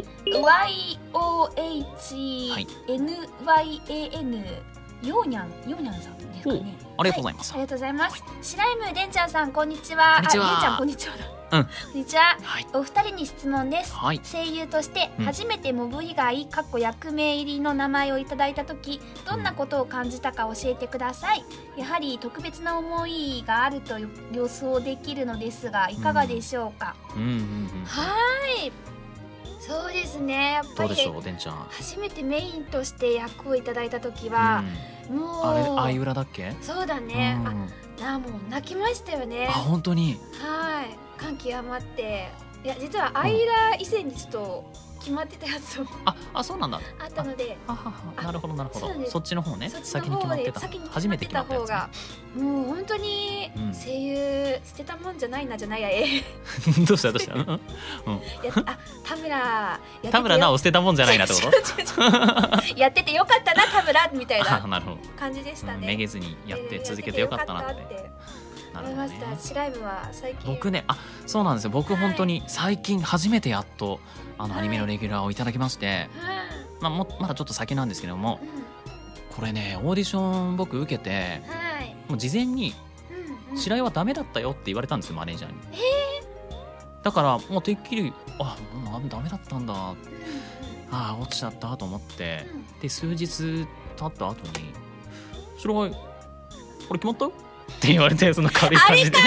Speaker 2: YOHNYAN ヨーニャンヨーニャンさんですかね
Speaker 1: ありがとうございます
Speaker 2: はありがとうございますシライムデンちゃんさんこんにちは
Speaker 1: こんにちは
Speaker 2: あデンちゃんこんにちはだ
Speaker 1: うん
Speaker 2: こんにちは
Speaker 1: はい
Speaker 2: お二人に質問です
Speaker 1: はい
Speaker 2: 声優として
Speaker 1: うん
Speaker 2: 初めてモブ以外かっこ役名入りの名前をいただいた時どんなことを感じたか教えてくださいやはり特別な思いがあると予想できるのですがいかがでしょうか、
Speaker 1: うんうんうん
Speaker 2: はーい。そうですね。やっぱ
Speaker 1: どうでし
Speaker 2: り
Speaker 1: ょうでんちゃん
Speaker 2: 初めてメインとして役をいただいた時は、もう
Speaker 1: あれ相裏だっけ、
Speaker 2: そうだね。
Speaker 1: うん
Speaker 2: あなもう泣きましたよね。
Speaker 1: あ
Speaker 2: は
Speaker 1: 本当に
Speaker 2: い。感極まって、いや実はアイラ以前にちょっと決まってたやつも
Speaker 1: ああそうなんだ
Speaker 2: あったので。
Speaker 1: ははは
Speaker 2: あ
Speaker 1: なるほどなるほ
Speaker 2: そうなんで
Speaker 1: ど
Speaker 2: す
Speaker 1: そっちの方ね
Speaker 2: そっち
Speaker 1: 先に
Speaker 2: の
Speaker 1: 決ま
Speaker 2: 方
Speaker 1: って
Speaker 2: で
Speaker 1: た
Speaker 2: 先に決
Speaker 1: 初
Speaker 2: ま
Speaker 1: め
Speaker 2: ってて
Speaker 1: 決ま
Speaker 2: た
Speaker 1: ったや
Speaker 2: 方
Speaker 1: つ、
Speaker 2: が
Speaker 1: ね、
Speaker 2: もう本当に
Speaker 1: うん
Speaker 2: 声優捨てたもんじゃないなじゃないやえ
Speaker 1: どうしたどうしたうんうん
Speaker 2: やあ田村やっててよ
Speaker 1: 田村奈を捨てたもんじゃないなってこ と
Speaker 2: 違う違う違 うやっててよかったな田村みたいな
Speaker 1: あなるほど、
Speaker 2: 感じでした
Speaker 1: うん
Speaker 2: ね。
Speaker 1: めげずにやって続けてよかったなって
Speaker 2: やてよかった
Speaker 1: な
Speaker 2: って
Speaker 1: る
Speaker 2: 思い
Speaker 1: ほど
Speaker 2: ました。
Speaker 1: ね
Speaker 2: シライムは最近
Speaker 1: 僕ねあそうなんですよ僕本当に最近初めてやっとあの
Speaker 2: は
Speaker 1: ア
Speaker 2: い
Speaker 1: ニメのレギュラーをいただきまして、
Speaker 2: は
Speaker 1: まあ、もまだちょっと先なんですけども
Speaker 2: いうん
Speaker 1: これねオーディション僕受けて
Speaker 2: はい
Speaker 1: もう事前に
Speaker 2: うんうん
Speaker 1: 白井はダメだったよって言われたんですよマネージャーに。だからもうてっきりあもうダメだったんだあ
Speaker 2: うん
Speaker 1: あ落ちちゃったと思っ
Speaker 2: う
Speaker 1: て
Speaker 2: んうん
Speaker 1: で数日経った後に「白井これ決まったよ?」って言われてその軽い感じで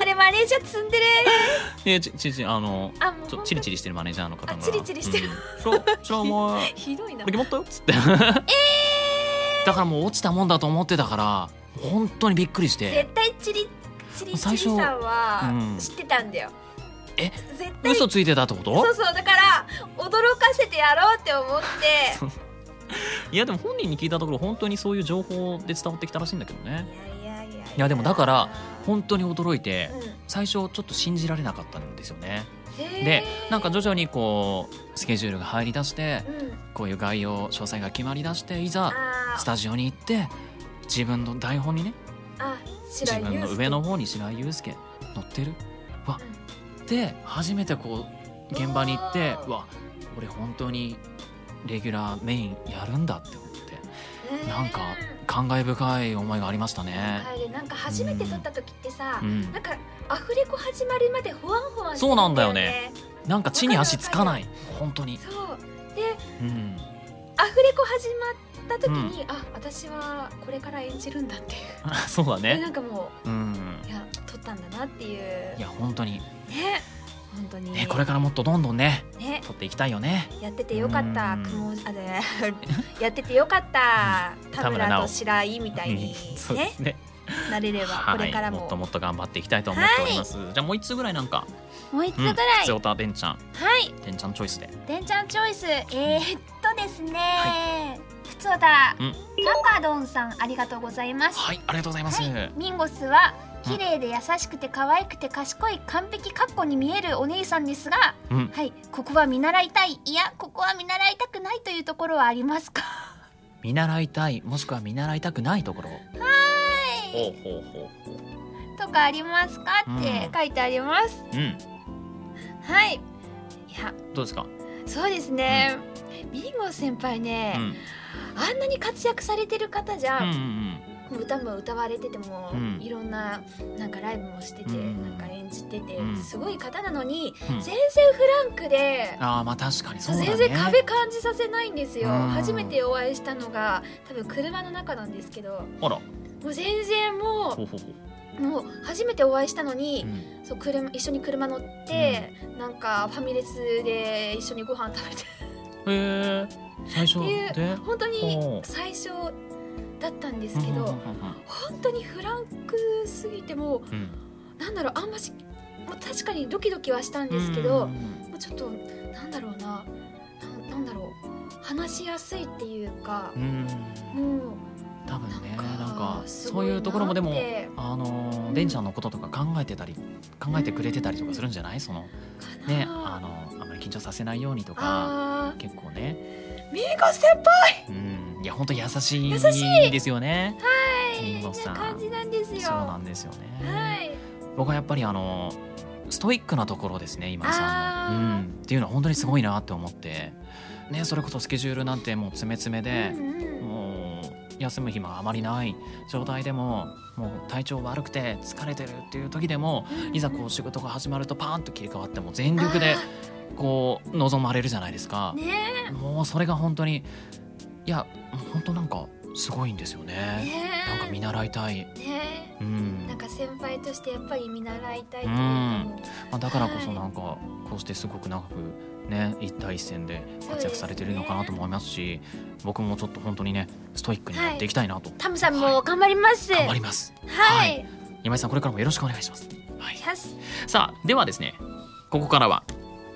Speaker 2: あれマネージャー積んでる。
Speaker 1: いやちちちあの
Speaker 2: あも う
Speaker 1: ち
Speaker 2: 本
Speaker 1: ょ
Speaker 2: 当
Speaker 1: チリチリしてるマネージャーの方が
Speaker 2: あチリチリしてる
Speaker 1: うんそうそうお前
Speaker 2: ひどいな
Speaker 1: これ。決まったよっつってだからもう落ちたもんだと思ってたから本当にびっくりして
Speaker 2: 絶対チリチリチ
Speaker 1: 最
Speaker 2: リ
Speaker 1: 初
Speaker 2: さんは
Speaker 1: うん
Speaker 2: 知ってたんだよ。
Speaker 1: え
Speaker 2: 絶対
Speaker 1: 嘘ついてたってこ
Speaker 2: そ
Speaker 1: と
Speaker 2: うそうだから驚かせてやろうって思 って
Speaker 1: いやでも本人に聞いたところ本当にそういう情報で伝わってきたらしいんだけどね
Speaker 2: いやいやいや
Speaker 1: いやでもだから本当に驚いて
Speaker 2: うん
Speaker 1: 最初ちょっと信じられなかったんですよね
Speaker 2: へー
Speaker 1: でなんか徐々にこうスケジュールが入りだして
Speaker 2: うん
Speaker 1: こういう概要詳細が決まりだしていざ
Speaker 2: あー
Speaker 1: スタジオに行って自分の台本にね
Speaker 2: あ白
Speaker 1: 自
Speaker 2: 井
Speaker 1: 分の
Speaker 2: 祐
Speaker 1: 上
Speaker 2: 介
Speaker 1: の方に白井祐介乗ってるわで初めてこう現場に行って
Speaker 2: う
Speaker 1: うわ俺本当にレギュラーメインやるんだって思って
Speaker 2: うん
Speaker 1: なんか感慨深い思いがありましたね。
Speaker 2: あれなんか初めて撮った時ってさ、
Speaker 1: うん
Speaker 2: なんかアフレコ始まるまでほわんほわんしてた
Speaker 1: そうなんだよねなんか地に足つかない本当に、
Speaker 2: そう
Speaker 1: うん、
Speaker 2: アフレコ始まった時に、あ私はこれから演じるんだっていう
Speaker 1: そうだ
Speaker 2: で
Speaker 1: ね
Speaker 2: なんかも
Speaker 1: うん
Speaker 2: ういや撮ったんだなっていう
Speaker 1: いや本当に、
Speaker 2: ね本当に
Speaker 1: ね、これからもっとどんどんね
Speaker 2: ね
Speaker 1: 撮っていきたいよね
Speaker 2: やっててよかった
Speaker 1: うん
Speaker 2: 雲あで やっててよかった田
Speaker 1: 田村
Speaker 2: 村
Speaker 1: 直
Speaker 2: と白井みたいに
Speaker 1: うんそうで
Speaker 2: ね
Speaker 1: すね
Speaker 2: なれればこれか
Speaker 1: は
Speaker 2: ら
Speaker 1: い、も
Speaker 2: も
Speaker 1: っともっと頑張っていきたいと思っております、じゃあもう一通ぐらいなんか
Speaker 3: もう一つ
Speaker 1: う
Speaker 3: ぐら
Speaker 1: ん
Speaker 3: い、
Speaker 1: つよたべんちゃん
Speaker 3: はい
Speaker 1: べんちゃんチョイスで
Speaker 3: でんちゃんチョイスえー、っとですね、
Speaker 1: は
Speaker 3: ふつおた、
Speaker 1: うん
Speaker 3: タカドンさんありがとうございます
Speaker 1: はいありがとうございます、
Speaker 3: ミンゴスは
Speaker 1: うん
Speaker 3: 綺麗で優しくて可愛くて賢い完璧かっこに見えるお姉さんですが、
Speaker 1: うん
Speaker 3: はいここは見習いたいいやここは見習いたくないというところはありますか
Speaker 1: 見習いたいもしくは見習いたくないところは
Speaker 3: ー
Speaker 1: ほうほうほうほ
Speaker 3: とかありますかって
Speaker 1: うん
Speaker 3: 書いてあります、
Speaker 1: ううん
Speaker 2: はいいや
Speaker 1: どうですか、
Speaker 2: そうですね、ビンゴ先輩ね、
Speaker 1: うん
Speaker 2: あんなに活躍されてる方じ
Speaker 1: うん
Speaker 2: ゃ、
Speaker 1: うん
Speaker 2: 歌も歌われてても、
Speaker 1: うん
Speaker 2: いろんななんかライブもしてて、
Speaker 1: うん
Speaker 2: なんか演じてて、
Speaker 1: うん
Speaker 2: すごい方なのに、
Speaker 1: うんうん
Speaker 2: 全然フランクで。
Speaker 1: ああまあ確かにそうだね
Speaker 2: 全然壁感じさせないんですよ、
Speaker 1: うん
Speaker 2: 初めてお会いしたのが多分車の中なんですけど
Speaker 1: あら
Speaker 2: もう全然も
Speaker 1: ほうほうほう、
Speaker 2: うもう初めてお会いしたのに
Speaker 1: う、ん、
Speaker 2: そう車一緒に車乗って、なんかファミレスで一緒にご飯食べて
Speaker 1: へえ最初
Speaker 2: って
Speaker 1: で
Speaker 2: 本当
Speaker 1: ほう
Speaker 2: に最初だったんですけど、
Speaker 1: うん
Speaker 2: 本当にフランクすぎてもう
Speaker 1: うんうん
Speaker 2: なんだろうあんまし、まあ、確かにドキドキはしたん
Speaker 1: うん
Speaker 2: ですけど、
Speaker 1: う
Speaker 2: も
Speaker 1: ん
Speaker 2: うちょっとなんだろうなななんだろう話しやすいっていうか
Speaker 1: う、ん
Speaker 2: もう
Speaker 1: 多分ね
Speaker 2: なんか
Speaker 1: なんか
Speaker 2: す
Speaker 1: そ
Speaker 2: ご
Speaker 1: う
Speaker 2: い
Speaker 1: いうところもで
Speaker 2: な
Speaker 1: も
Speaker 2: って
Speaker 1: あの
Speaker 2: うん
Speaker 1: ーレンちゃんのこととか考えてたり考えてくれてたりとかするんじゃないその
Speaker 2: かな
Speaker 1: ねあのあまり緊張させないようにとか
Speaker 2: あ
Speaker 1: 結構ね
Speaker 2: ーミーゴ先輩
Speaker 1: うんいや本当優し
Speaker 2: 優
Speaker 1: いですよねりんごさ
Speaker 2: なん感じなんですよ
Speaker 1: そうなんですよ
Speaker 2: は
Speaker 1: ね
Speaker 2: い
Speaker 1: 僕はやっぱりあのストイックなところですね今井さんの
Speaker 2: あー
Speaker 1: うんっていうのは本当にすごいなって思ってねそれこそスケジュールなんてもう詰め詰めで
Speaker 2: うんうん
Speaker 1: もう休む暇あまりない状態でももう体調悪くて疲れてるっていう時でもいざこう仕事が始まるとパーンと切り替わってもう全力でこう望まれるじゃないですか、
Speaker 2: ね
Speaker 1: もうそれが本当にいや本当なんかすごいんですよ
Speaker 2: え
Speaker 1: ね、
Speaker 2: ね
Speaker 1: なんか見習いたい、
Speaker 2: えね
Speaker 1: う
Speaker 2: え
Speaker 1: ん
Speaker 2: なんか先輩としてやっぱり見習いたいと
Speaker 1: う
Speaker 2: いうか
Speaker 1: ん
Speaker 2: も
Speaker 1: まあ、だからこそ
Speaker 2: はい
Speaker 1: なんかこうしてすごく長くね一対一戦で活躍されてるのかなと思いますし僕もちょっと本当にねストイックになっていきたいなと
Speaker 2: うタムさんも頑張ります、
Speaker 1: 頑張ります、
Speaker 2: は
Speaker 1: はい
Speaker 2: い
Speaker 1: 今井さんこれからもよろしくお願いします、はい
Speaker 2: キ、ャス
Speaker 1: さあではですねここからは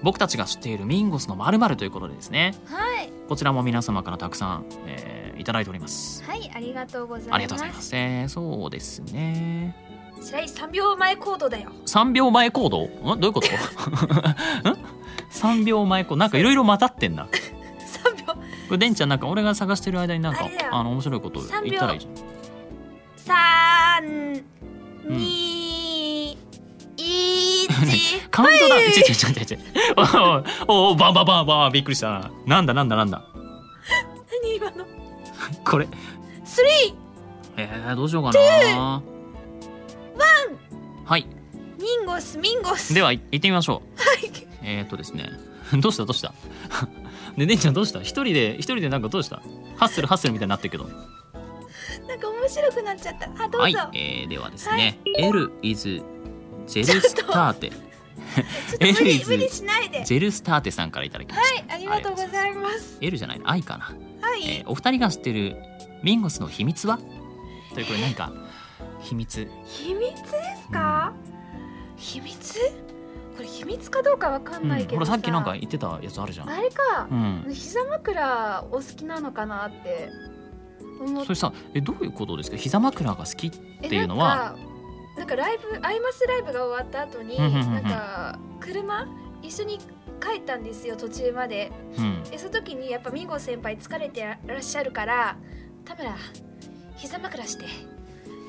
Speaker 1: 僕たちが知っているミンゴスの〇〇ということでですね
Speaker 2: はい
Speaker 1: こちらも皆様からたくさん、えーいただいております
Speaker 2: はいありがとうございます
Speaker 1: ありがとうございます、えーそうですね
Speaker 2: 白井三秒前行動だよ
Speaker 1: 3秒前行動んどういうこと ん ?3 秒前行動なんかいろいろ混ざってんなこ
Speaker 2: 三秒
Speaker 1: れデンちゃんなんか俺が探してる間になんか
Speaker 2: あれだよ
Speaker 1: あの面白いこと言ったらいいじゃんう
Speaker 2: 三
Speaker 1: ん
Speaker 2: 二一
Speaker 1: カウントダウン、ちょちょちょちょちょおいおいおいバンバンバンバンびっくりしたななんだなんだなんだ
Speaker 2: 何今の
Speaker 1: これ
Speaker 2: スリー
Speaker 1: えー、どうしようかなワンはい
Speaker 2: ミンゴスミンゴス
Speaker 1: で
Speaker 2: は
Speaker 1: は行ってみましょう
Speaker 2: い
Speaker 1: えー、っとですね どうしたどうした ねねんちゃんどうした一人で一人でなんかどうしたハッスルハッスルみたいになってるけど
Speaker 2: なんか面白くなっちゃったあど
Speaker 1: は
Speaker 2: う
Speaker 1: い
Speaker 2: ぞ、、
Speaker 1: えー、ではですね、L is ジェルスターテ
Speaker 2: ちょっと無
Speaker 1: L
Speaker 2: 理
Speaker 1: is
Speaker 2: 無理しないでは
Speaker 1: ジェルスターテさんからいただきました、
Speaker 2: いありがとうございます
Speaker 1: す L じゃないの I かな、
Speaker 2: はい、
Speaker 1: えー、お二人が知ってるミンゴスの秘密はというこれ何か秘密
Speaker 2: 秘密ですか、秘密これ秘密かどうかわかんないけど
Speaker 1: ほら
Speaker 2: さ、
Speaker 1: さっきなんか言ってたやつあるじゃん
Speaker 2: あれか
Speaker 1: う、ん
Speaker 2: 膝枕お好きなのかなって思っ
Speaker 1: それさえどういうことですか膝枕が好き
Speaker 2: え
Speaker 1: っていうのは
Speaker 2: なんかなんかライブアイマスライブが終わった後に
Speaker 1: うんうんうんう
Speaker 2: なんんか車一緒に帰ったんですよ途中まで
Speaker 1: うん
Speaker 2: でその時にやっぱミンゴ先輩疲れてらっしゃるから田村膝枕して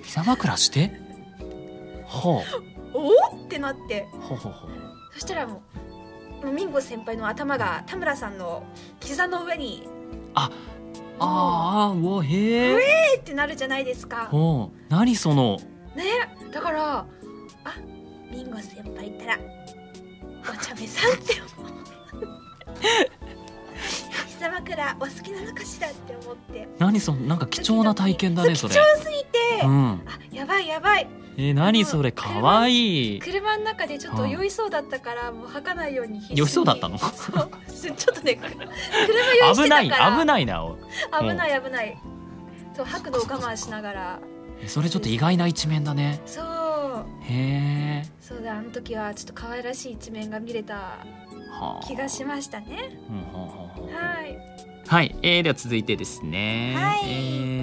Speaker 1: 膝枕してほ
Speaker 2: おおってなって
Speaker 1: うほうほうほう
Speaker 2: そしたらもうもうミンゴ先輩の頭が田村さんの膝の上に
Speaker 1: あーあーうわへえ
Speaker 2: えーってなるじゃないですか
Speaker 1: ほう何その
Speaker 2: ねだからあミンゴ先輩ったらお茶目さんって思う膝枕お好きなのかしらって思って
Speaker 1: 何そのなんか貴重な体験だねそれ
Speaker 2: 貴重すぎて、
Speaker 1: うん
Speaker 2: あやばいやばい
Speaker 1: え何それかわいい
Speaker 2: 車の中でちょっと酔いそうだったからもう吐かないように必死に
Speaker 1: 酔いそうだったの
Speaker 2: そう ちょちょっとね車酔いし
Speaker 1: 危
Speaker 2: て
Speaker 1: な
Speaker 2: た
Speaker 1: い
Speaker 2: から
Speaker 1: 危ないなおい
Speaker 2: 危ない危ないそう吐くのを我慢しながら
Speaker 1: えそれちょっと意外な一面だね
Speaker 2: そう
Speaker 1: へえ
Speaker 2: そうだあの時はちょっと可愛らしい一面が見れた
Speaker 1: はあ
Speaker 2: 気がしましたね
Speaker 1: うんほうほうほう
Speaker 2: はい
Speaker 1: はい、えー、では続いてですね、
Speaker 2: はい
Speaker 1: え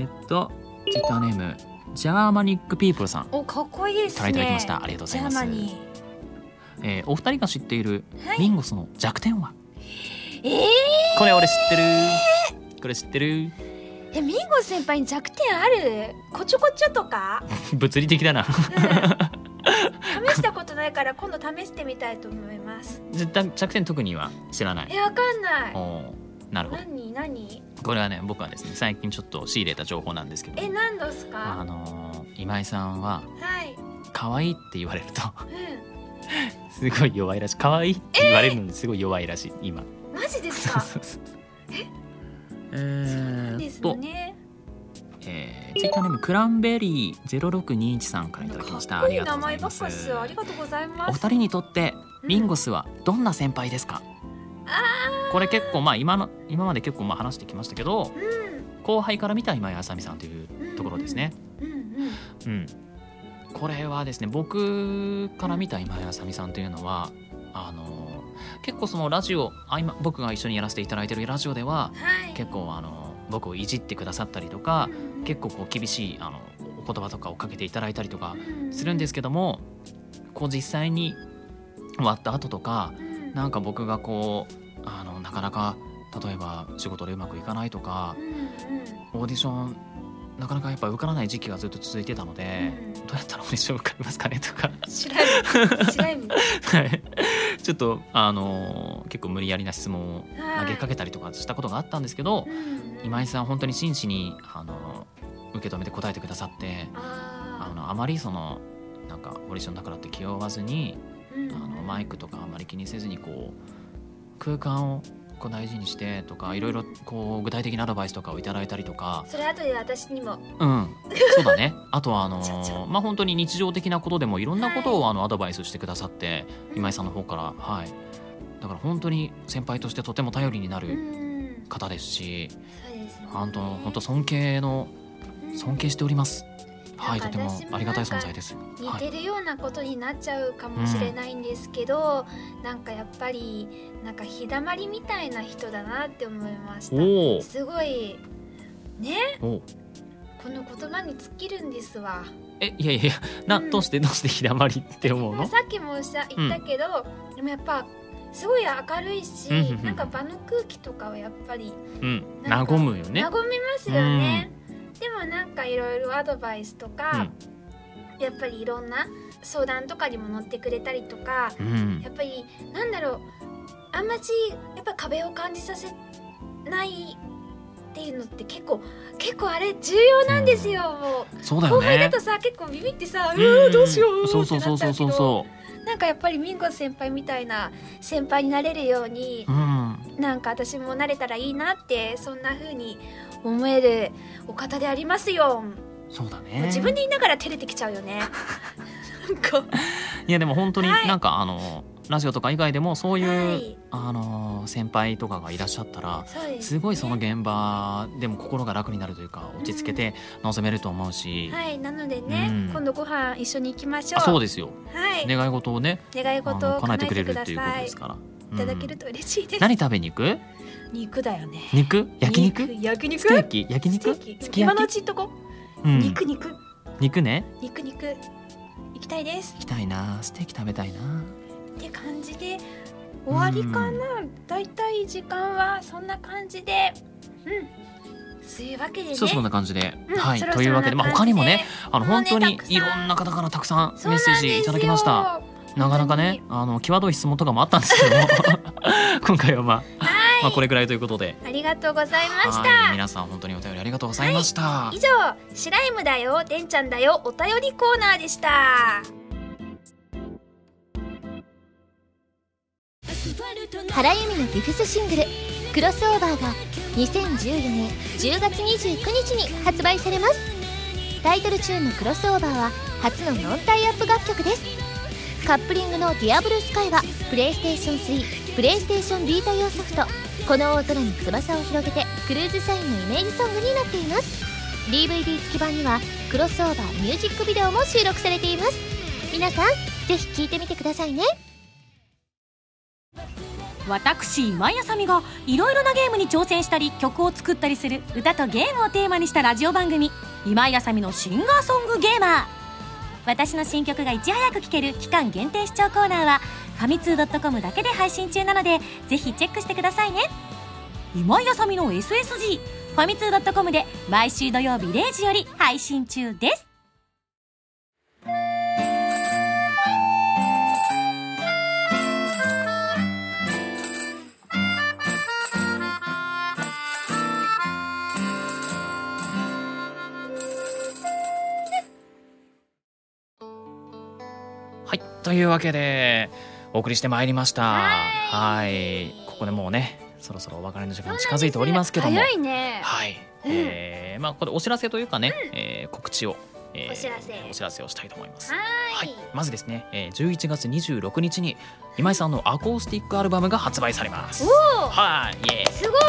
Speaker 1: ーっとツイッターネームジャーマニックピープルさん
Speaker 4: おかっこいいで
Speaker 1: からいただきました、ありがとうございます、えーお二人が知っているミンゴスの弱点は、
Speaker 5: え
Speaker 1: これ俺知ってるこれ知ってる
Speaker 2: えミンゴ先輩に弱点あるこちょこちょとか、
Speaker 1: 物理的だな
Speaker 2: うん、試したことないから今度試してみたいと思います
Speaker 1: 絶対弱点特には知らない
Speaker 2: えわかんない
Speaker 1: おーなるほど
Speaker 2: 何何
Speaker 1: これはね僕はですね最近ちょっと仕入れた情報なんですけど
Speaker 2: え何度っす
Speaker 1: あ
Speaker 2: か
Speaker 1: のー今井さんは
Speaker 2: はい
Speaker 1: 可愛いって言われると
Speaker 2: う
Speaker 1: すごい弱いらしい可愛いって言われるのにすごい弱いらしい今
Speaker 2: んマジです
Speaker 1: そう
Speaker 2: か
Speaker 1: そうそうえ
Speaker 2: なんで
Speaker 1: ーっ
Speaker 2: す
Speaker 1: と、
Speaker 2: ね
Speaker 1: えー、ツイッターネームクランベリー0621さんからいただきました。
Speaker 2: かっこいい名
Speaker 1: あ
Speaker 2: 前
Speaker 1: りが
Speaker 2: ば
Speaker 1: と
Speaker 2: っ
Speaker 1: うご
Speaker 2: かっす
Speaker 1: ざ
Speaker 2: あ
Speaker 1: い
Speaker 2: り
Speaker 1: ます。
Speaker 2: がとうございます
Speaker 1: お二人にとってミンゴスはどんな先輩ですか？これ結構まあ今の今まで結構まあ話してきましたけど、後輩から見た今井あさみさんというところですね。
Speaker 2: うんうん
Speaker 1: うん、これはですね僕から見た今井あさみさんというのはあの結構そのラジオあ今僕が一緒にやらせていただいてるラジオでは
Speaker 2: はい
Speaker 1: 結構あの僕をいじってくださったりとか
Speaker 2: うんうん
Speaker 1: 結構こう厳しいあのお言葉とかをかけていただいたりとか
Speaker 2: うんうん
Speaker 1: するんですけどもこう実際に終わった後とか
Speaker 2: うん
Speaker 1: なんか僕がこうあのなかなか例えば仕事でうまくいかないとか
Speaker 2: うんうん
Speaker 1: オーディションなかなかやっぱ受からない時期がずっと続いてたので、どうやったらオーディション受かりますかねとか
Speaker 2: 白い白い
Speaker 1: はいちょっとあの結構無理やりな質問を投げかけたりとかしたことがあったんですけど、今井
Speaker 2: さ
Speaker 1: さん本当に真摯にあの受け止めて答えてくださってあのあまりそのなんかオーディションだからって気負わずにあのマイクとかあまり気にせずにこう空間をこう大事にしてとかいろいろこう具体的なアドバイスとかをいただいたりとか
Speaker 2: それ後で私にも
Speaker 1: うんそうだね あとはあ
Speaker 2: ちょち
Speaker 1: の
Speaker 2: ょ
Speaker 1: まあ本当に日常的なことでもいろんなことをあのアドバイスしてくださって今井さんの方からはいだから本当に先輩としてとても頼りにな
Speaker 2: う
Speaker 1: る
Speaker 2: ん
Speaker 1: 方ですし
Speaker 2: そうですね
Speaker 1: 本当本当尊敬の尊敬しております。はい、と
Speaker 2: なん
Speaker 1: て
Speaker 2: か
Speaker 1: も
Speaker 2: 私も
Speaker 1: ありがたい存在です。
Speaker 2: 似
Speaker 1: はい、
Speaker 2: てるようなことになっちゃうかもしれないんですけどなんかやっぱりなんか日だまりみたいな人だなって思いました
Speaker 1: おー
Speaker 2: すごい
Speaker 1: おー。
Speaker 2: この言葉に尽きるんですわ
Speaker 1: え、いやいやいや、な、
Speaker 2: うん
Speaker 1: どうして、どうしてひだまりって思う
Speaker 2: まあ
Speaker 1: の。
Speaker 2: さっきもおっしゃ言ったけど、でもやっぱすごい明るいし、
Speaker 1: うんうんうん
Speaker 2: なんか場の空気とかはやっぱり
Speaker 1: うん、
Speaker 2: な
Speaker 1: 和
Speaker 2: んか
Speaker 1: むよね
Speaker 2: 和。みますよね、でもなんかいろいろアドバイスとか、やっぱりいろんな相談とかにも乗ってくれたりとか
Speaker 1: うん
Speaker 2: や、っぱりなんだろうあんまりやっぱ壁を感じさせないっていうのって結構結構あれ重要なんですよ、も
Speaker 1: そう
Speaker 2: う
Speaker 1: だよ
Speaker 2: 後輩だ
Speaker 1: ね
Speaker 2: と。さ結構ビビってさ「う
Speaker 1: う
Speaker 2: わ
Speaker 1: ん
Speaker 2: どうしよう」
Speaker 1: そう
Speaker 2: っ
Speaker 1: そ
Speaker 2: て
Speaker 1: うそ
Speaker 2: な
Speaker 1: う
Speaker 2: っちゃ
Speaker 1: そううそう
Speaker 2: けど
Speaker 1: そ
Speaker 2: なんかやっぱりミンゴ先輩みたいな先輩になれるように
Speaker 1: う。うん、
Speaker 2: なんか私もなれたらいいなってそんな風に思えるお方でありますよ、
Speaker 1: そうだね。
Speaker 2: もう自分 で言いながら照れてきちゃうよねなんか
Speaker 1: いや、でも、本当に
Speaker 2: はい
Speaker 1: なんか、あの、ラジオとか以外でもそういう、
Speaker 2: はい
Speaker 1: あのー先輩とかがいらっしゃったら
Speaker 2: そうです
Speaker 1: ごいその現場でも心が楽になるというか落ち着けて臨めると思うし、
Speaker 2: はいなのでね、
Speaker 1: うん
Speaker 2: 今度ご飯一緒に行きましょ
Speaker 1: あ
Speaker 2: う
Speaker 1: そうですよ
Speaker 2: はい、
Speaker 1: 願い事をね
Speaker 2: 願い
Speaker 1: あ
Speaker 2: 事
Speaker 1: の叶
Speaker 2: を叶
Speaker 1: え
Speaker 2: え
Speaker 1: て
Speaker 2: て
Speaker 1: く
Speaker 2: く
Speaker 1: れ
Speaker 2: れ
Speaker 1: る
Speaker 2: る
Speaker 1: と
Speaker 2: と
Speaker 1: い
Speaker 2: いうう
Speaker 1: こ
Speaker 2: ことと
Speaker 1: で
Speaker 2: ですす
Speaker 1: から、うん
Speaker 2: ただけると嬉しいです
Speaker 1: 何食べに行く
Speaker 2: 肉だよね
Speaker 1: 肉焼肉
Speaker 2: 焼肉
Speaker 1: ステーキ焼肉
Speaker 2: ステーキ
Speaker 1: すき
Speaker 2: 今
Speaker 1: 焼き
Speaker 2: のうちんとこ、
Speaker 1: うん、
Speaker 2: 肉肉
Speaker 1: 肉ね
Speaker 2: 肉肉行きたいです
Speaker 1: 行きたいなステーキ食べたいな
Speaker 2: って感じで終わりかな、だいたい時間はそんな感じでうんそういうわけでね
Speaker 1: そうそんな感じで、
Speaker 2: うん
Speaker 1: はい
Speaker 2: そろそ
Speaker 1: と
Speaker 2: ろ
Speaker 1: いうわけで、まあ、他にもねあの
Speaker 2: もう
Speaker 1: 本
Speaker 2: ね
Speaker 1: 当に
Speaker 2: たくさん
Speaker 1: いろんな方からたくさん
Speaker 2: そ
Speaker 1: メ
Speaker 2: う
Speaker 1: ッセ
Speaker 2: な
Speaker 1: ー
Speaker 2: んです
Speaker 1: ジ
Speaker 2: よ
Speaker 1: いただきましたなかなかねあの際どい質問とかもあったんですけ ども今回はまあ、まあこれくらいということで
Speaker 2: ありがとうございまし
Speaker 1: はい
Speaker 2: た
Speaker 1: 皆さん本当にお便りありがとうございました、
Speaker 2: 以上「シライムだよでんちゃんだよ」お便りコーナーでした
Speaker 6: 原由美のギフスシングル「クロスオーバー」が2014年10月29日に発売されますタイトルチューンの「クロスオーバー」は初のノンタイアップ楽曲ですカップリングの「ディアブルスカイはプレイステーション3プレイステーションビータ用ソフト「この大空に翼を広げて」クルーズサインのイメージソングになっています DVD 付き版には「クロスオーバー」ミュージックビデオも収録されています皆さんぜひ聴いてみてくださいね
Speaker 3: 私今井あさみがいろいろなゲームに挑戦したり曲を作ったりする歌とゲームをテーマにしたラジオ番組「今井あさみのシンガーソングゲーマー」私の新曲がいち早く聴ける期間限定視聴コーナーは「ファミツー .com」だけで配信中なのでぜひチェックしてくださいね今井あさみの SSG ファミツー .com で毎週土曜日0時より配信中です
Speaker 1: はいというわけでお送りしてまいりましたはいここでもうねそろそろお別れの時間近づいておりますけども
Speaker 2: 早いね
Speaker 1: はい、
Speaker 2: うん
Speaker 1: えーまあここでお知らせというかね、えー告知を、えー
Speaker 2: お知らせ
Speaker 1: お知らせをしたいと思います
Speaker 2: は
Speaker 1: はいまずですね、えー、11月26日に今井さんのアコースティックアルバムが発売されます
Speaker 2: おお
Speaker 1: はいイエーイ
Speaker 2: すごい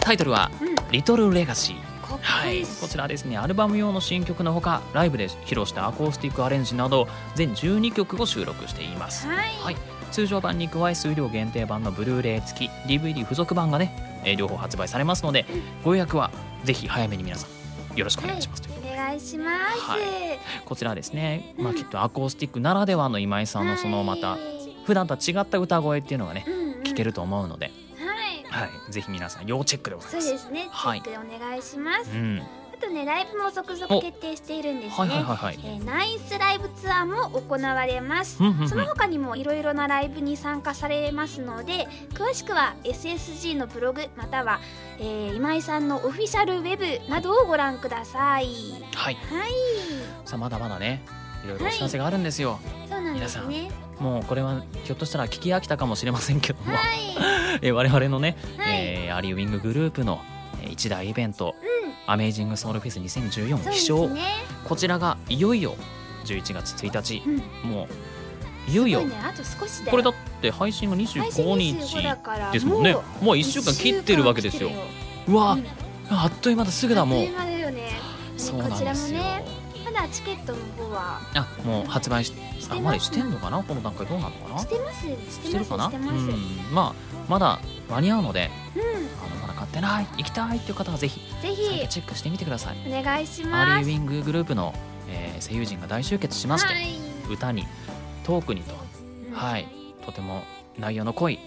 Speaker 1: タイトルは
Speaker 2: うん
Speaker 1: 「リトルレガシー」
Speaker 2: かっこ
Speaker 1: はい
Speaker 2: いい
Speaker 1: い
Speaker 2: っ、す
Speaker 1: こちらですねアルバム用の新曲のほかライブで披露したアコースティックアレンジなど全12曲を収録しています
Speaker 2: はい
Speaker 1: はい通常版に加え数量限定版のブルーレイ付き DVD 付属版がね、えー両方発売されますのでご予約はぜひ早めに皆さんよろしくお願いしますという
Speaker 2: お願いします、
Speaker 1: はいこちらですね、まあ、きっとアコースティックならではの今井さんのそのまた
Speaker 2: はい
Speaker 1: 普段とは違った歌声っていうのがね
Speaker 2: うんうん
Speaker 1: 聞けると思うので、
Speaker 2: はい
Speaker 1: はい、ぜひ皆さん要チェックでござい
Speaker 2: そ
Speaker 1: ま
Speaker 2: う
Speaker 1: す。
Speaker 2: ですねチ
Speaker 1: は
Speaker 2: ェ
Speaker 1: い
Speaker 2: ックお願いします、
Speaker 1: うん、
Speaker 2: あとねライブも続々決定しているんですね、
Speaker 1: はいはいはいはい。
Speaker 2: えーナイスライブツアーも行われます
Speaker 1: うんうんうん
Speaker 2: その他にもいろいろなライブに参加されますので詳しくは SSG のブログまたは、えー今井さんのオフィシャルウェブなどをご覧ください
Speaker 1: はい、
Speaker 2: はい
Speaker 1: さあまだまだね、いろいろお知らせがあるんですよ。
Speaker 2: そうなんですね
Speaker 1: もうこれはひょっとしたら聞き飽きたかもしれませんけども、
Speaker 2: はい
Speaker 1: え我々のね、
Speaker 2: はい
Speaker 1: えーアリウィンググループのえー一大イベント、アメイジングソウルフェス
Speaker 2: そ
Speaker 1: 2014
Speaker 2: うで
Speaker 1: 飛
Speaker 2: す
Speaker 1: 翔、
Speaker 2: ね
Speaker 1: こちらがいよいよ11月1日、
Speaker 2: うん
Speaker 1: もういよいよ
Speaker 2: そうねあと少しで
Speaker 1: これだって配信が
Speaker 2: 配
Speaker 1: 25
Speaker 2: 信
Speaker 1: 日
Speaker 2: 25だから
Speaker 1: ですもんね
Speaker 2: も
Speaker 1: もう1週間切ってるわけですよ
Speaker 2: 一週間
Speaker 1: うわ、
Speaker 2: うん
Speaker 1: あっという間だすぐだも
Speaker 2: あ
Speaker 1: う
Speaker 2: っという間だよね
Speaker 1: そうなんですよ
Speaker 2: こちらもねまだチケットの方は
Speaker 1: あもう発売し
Speaker 2: して
Speaker 1: あ
Speaker 2: ます
Speaker 1: まだしてんのかなこの段階どうなのかな
Speaker 2: してますして
Speaker 1: て
Speaker 2: ま
Speaker 1: る
Speaker 2: す
Speaker 1: かな
Speaker 2: してます
Speaker 1: うんまあまだ間に合うので、あのまだ買ってない行きたいっていう方はぜひサ
Speaker 2: ぜ
Speaker 1: イト
Speaker 2: ひ
Speaker 1: チェックしてみてください
Speaker 2: お願いし
Speaker 1: ア
Speaker 2: ま
Speaker 1: リー
Speaker 2: す
Speaker 1: ウィンググループの、えー声優陣が大集結しまして、
Speaker 2: はい
Speaker 1: 歌にトークにと、
Speaker 2: うん
Speaker 1: はいとても内容の濃い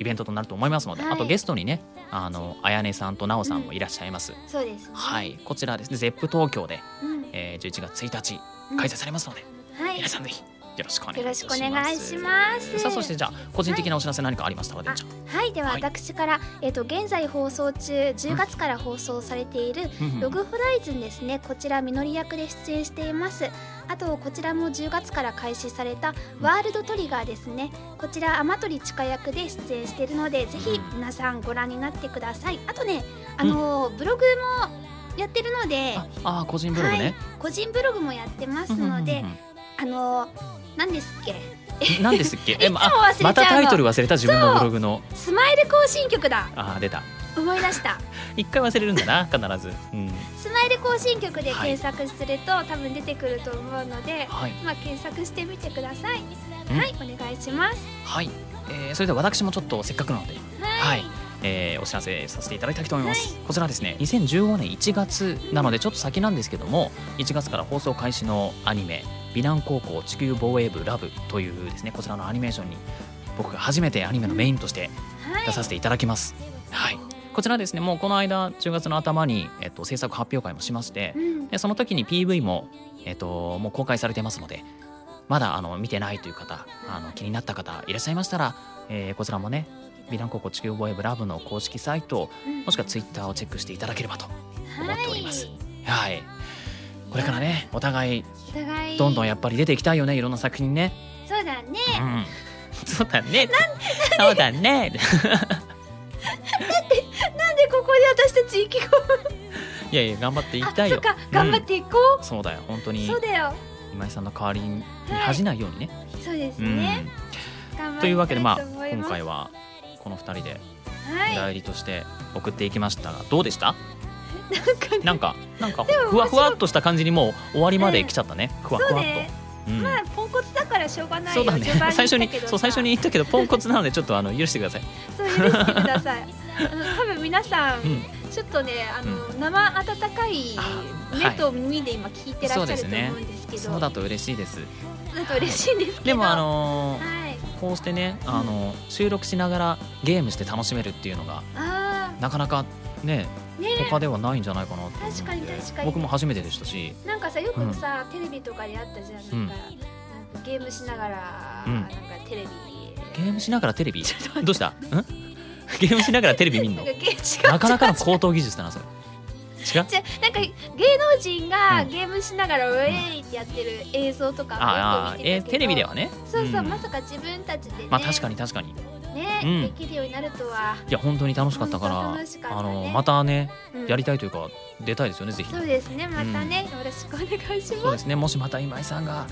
Speaker 1: イベントとなると思いますので、
Speaker 2: はい
Speaker 1: あとゲストにねあのあやねさんとなおさんもいらっしゃいます、
Speaker 2: そうですね
Speaker 1: はいこちらですね ZEP 東京で、
Speaker 2: うん
Speaker 1: えー11月1日
Speaker 2: うん
Speaker 1: 開催されますので、
Speaker 2: はい
Speaker 1: 皆さんぜひよろしくお願い
Speaker 2: よ
Speaker 1: いた
Speaker 2: ろ
Speaker 1: し
Speaker 2: しくお
Speaker 1: ます
Speaker 2: 願いします。
Speaker 1: さあそしてじゃあ個人的なお知らせ何かありましたらでんちゃん
Speaker 2: はいでは
Speaker 1: はい
Speaker 2: 私から、えっ、と現在放送中10月から放送されている
Speaker 1: うんうん
Speaker 2: ログホライズンですねこちらみのり役で出演していますあとこちらも10月から開始されたワールドトリガーですねこちら天鳥近役で出演しているのでぜひ皆さんご覧になってくださいあとねあのーブログもやってるので
Speaker 1: ああー個人ブログね、
Speaker 2: 個人ブログもやってますので、
Speaker 1: うんうんうんうん
Speaker 2: あの何ですっけ
Speaker 1: 何ですっけえま
Speaker 2: いつも忘れちゃうの
Speaker 1: またタイトル忘れた自分のブログの
Speaker 2: スマイル更新曲だ
Speaker 1: あー出た
Speaker 2: 思い出した
Speaker 1: 一回忘れるんだな必ず、うん、
Speaker 2: スマイル更新曲で検索すると、多分出てくると思うので、
Speaker 1: はい
Speaker 2: まあ、検索してみてくださいはいお願いします
Speaker 1: はい、えーそれでは私もちょっとせっかくなので、はいえーお知らせさせていただきたいと思います、こちらですね2015年1月なのでちょっと先なんですけども1月から放送開始のアニメ「美南高校地球防衛部ラブ」というですねこちらのアニメーションに僕が初めてアニメのメインとして出させていただきます、はい、こちらですねもうこの間10月の頭に、えっと、制作発表会もしまして、
Speaker 2: うん
Speaker 1: でその時に PV も、えっと、もう公開されてますのでまだあの見てないという方あの気になった方いらっしゃいましたら、えーこちらもね「ヴィラン高校地球防衛部ラブ」の公式サイトもしくは Twitter をチェックしていただければと思っております。はい、これからねお互い
Speaker 2: お互い
Speaker 1: どんどんやっぱり出ていきたいよねいろんな作品ね。
Speaker 2: そうだね
Speaker 1: うん、そうだねそうだね
Speaker 2: なんでここで私たち生き込む
Speaker 1: いやいや頑張っていきた
Speaker 2: あ
Speaker 1: い
Speaker 2: そっ
Speaker 1: よ。
Speaker 2: か頑張っ
Speaker 1: うん
Speaker 2: ていこ
Speaker 1: そうだよ本当
Speaker 2: う、
Speaker 1: に
Speaker 2: そうだよ
Speaker 1: 今井さんの代わりに恥じないようにね。
Speaker 2: そうです
Speaker 1: うん
Speaker 2: ね、頑張りたい
Speaker 1: というわけでまあ
Speaker 2: と思い
Speaker 1: 今
Speaker 2: ます
Speaker 1: 回はこの2人で
Speaker 2: はい
Speaker 1: 代理として送っていきましたがどうでした
Speaker 2: なんかね
Speaker 1: なんかなんか
Speaker 2: でも
Speaker 1: ふわふわっとした感じにもう終わりまで来ちゃったねふわふ
Speaker 2: そう
Speaker 1: わっ
Speaker 2: ね
Speaker 1: と。うん
Speaker 2: まあポンコツだからしょうがない
Speaker 1: そう
Speaker 2: よ
Speaker 1: だね
Speaker 2: 序盤
Speaker 1: 最初
Speaker 2: 言
Speaker 1: に
Speaker 2: ったけどさ
Speaker 1: そう最初に言ったけどポンコツなのでちょっとあの許してください
Speaker 2: そう許してくださいあの多分皆さん、
Speaker 1: うん
Speaker 2: ちょっとねあの、生温かい
Speaker 1: あは
Speaker 2: 目
Speaker 1: い
Speaker 2: と耳で今聞いてらっしゃると思うんですけど、
Speaker 1: そうだと嬉しいです
Speaker 2: なんか嬉しいんですけど
Speaker 1: でもあのー
Speaker 2: はい
Speaker 1: こうしてねあの収録しながらゲームして楽しめるっていうのが
Speaker 2: あ
Speaker 1: なかなかね
Speaker 2: ーね
Speaker 1: 他ではないんじゃないかなと思うんで
Speaker 2: 確かに確かに
Speaker 1: 僕も初めてでしたし
Speaker 2: なんかさよくさ、テレビとかであったじゃんなんか、
Speaker 1: うん
Speaker 2: なんかゲームしながら、
Speaker 1: うん
Speaker 2: なんかテレビ
Speaker 1: ゲームしながらテレビ どうしたんゲームしながらテレビ見ん
Speaker 2: な
Speaker 1: の
Speaker 2: んかゲー 違う
Speaker 1: なかなかの高等技術だなそれ違う
Speaker 2: 違うなんか芸能人が
Speaker 1: うん
Speaker 2: ゲームしながらウェイってやってる映像とか
Speaker 1: ああ
Speaker 2: よく見てたけど、
Speaker 1: えテレビではね
Speaker 2: そうそう、
Speaker 1: ん
Speaker 2: まさか自分たちでね、
Speaker 1: まあ確かに確かにい
Speaker 2: ね、
Speaker 1: うん
Speaker 2: できるようになるとは、
Speaker 1: や本当に楽しかったから
Speaker 2: 本当楽しかったね
Speaker 1: あのまたね
Speaker 2: うん
Speaker 1: やりたいというか出たいですよねぜひ
Speaker 2: そうですねまたね、よろしくお願いし
Speaker 1: そう
Speaker 2: ま
Speaker 1: ですすねもしまた今井さんが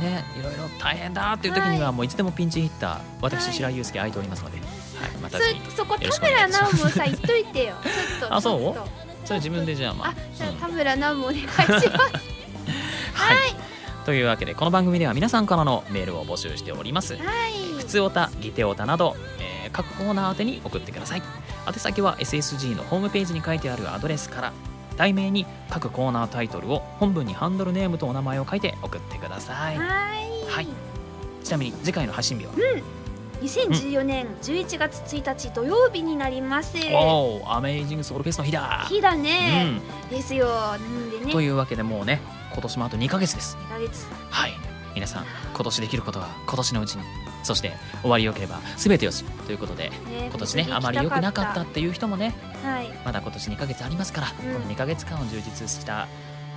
Speaker 1: ねいろいろ大変だっていう時にはもういつでもピンチヒッター
Speaker 2: は
Speaker 1: 私
Speaker 2: い
Speaker 1: 白井祐介空いておりますのではいまた
Speaker 2: そ
Speaker 1: ぜひ
Speaker 2: そこ
Speaker 1: よろし
Speaker 2: 田
Speaker 1: くお願
Speaker 2: 村
Speaker 1: いしま
Speaker 2: 直
Speaker 1: す
Speaker 2: もさ言っといてよちょっ と
Speaker 1: あそう
Speaker 2: ちょっと
Speaker 1: それ自分でじゃあまあ
Speaker 2: あじゃ
Speaker 1: うん
Speaker 2: あ田村直もお願いします
Speaker 1: はいというわけでこの番組では皆さんからのメールを募集しております
Speaker 2: はい
Speaker 1: 普通オタギテオタなど、えー各コーナー宛てに送ってください宛先は SSG のホームページに書いてあるアドレスから題名に各コーナータイトルを本文にハンドルネームとお名前を書いて送ってください、
Speaker 2: はい
Speaker 1: はい、ちなみに次回の配信日は、
Speaker 2: 2014年11月1日土曜日になります
Speaker 1: おおアメイジングソウルフェスの日だ
Speaker 2: 日だね、ですよなんで
Speaker 1: うん、
Speaker 2: ね
Speaker 1: というわけでもうね今年もあと2ヶ月です
Speaker 2: 2ヶ月
Speaker 1: はい皆さん今年できることは今年のうちにそして終わりよければ全てよしということで
Speaker 2: ね
Speaker 1: 今年ねあまり良くなかったっていう人もね
Speaker 2: はい
Speaker 1: まだ今年2ヶ月ありますから、
Speaker 2: うん
Speaker 1: この2ヶ月間を充実した、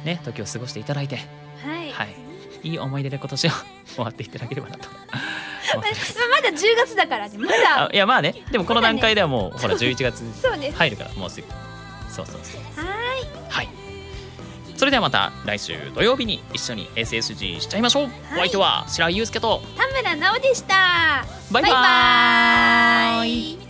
Speaker 1: ね、時を過ごしていただいて、
Speaker 2: はい、
Speaker 1: はい、いい思い出で今年を 終わっていただければなと。 思っ
Speaker 2: ま
Speaker 1: て
Speaker 2: まだ10月だからねま
Speaker 1: あ
Speaker 2: だ
Speaker 1: いやまあねでもこの
Speaker 2: まだね
Speaker 1: 段階ではもう、ほら11月
Speaker 2: そうね
Speaker 1: 入るからもうすぐそうそうそう
Speaker 2: は
Speaker 1: はいそれではまた来週土曜日に一緒に SSG しちゃいましょう、お相手は白井祐介と
Speaker 2: い田村直でした
Speaker 1: バイバ
Speaker 2: バイ
Speaker 1: バイバ
Speaker 2: バ
Speaker 1: ーイ
Speaker 2: イ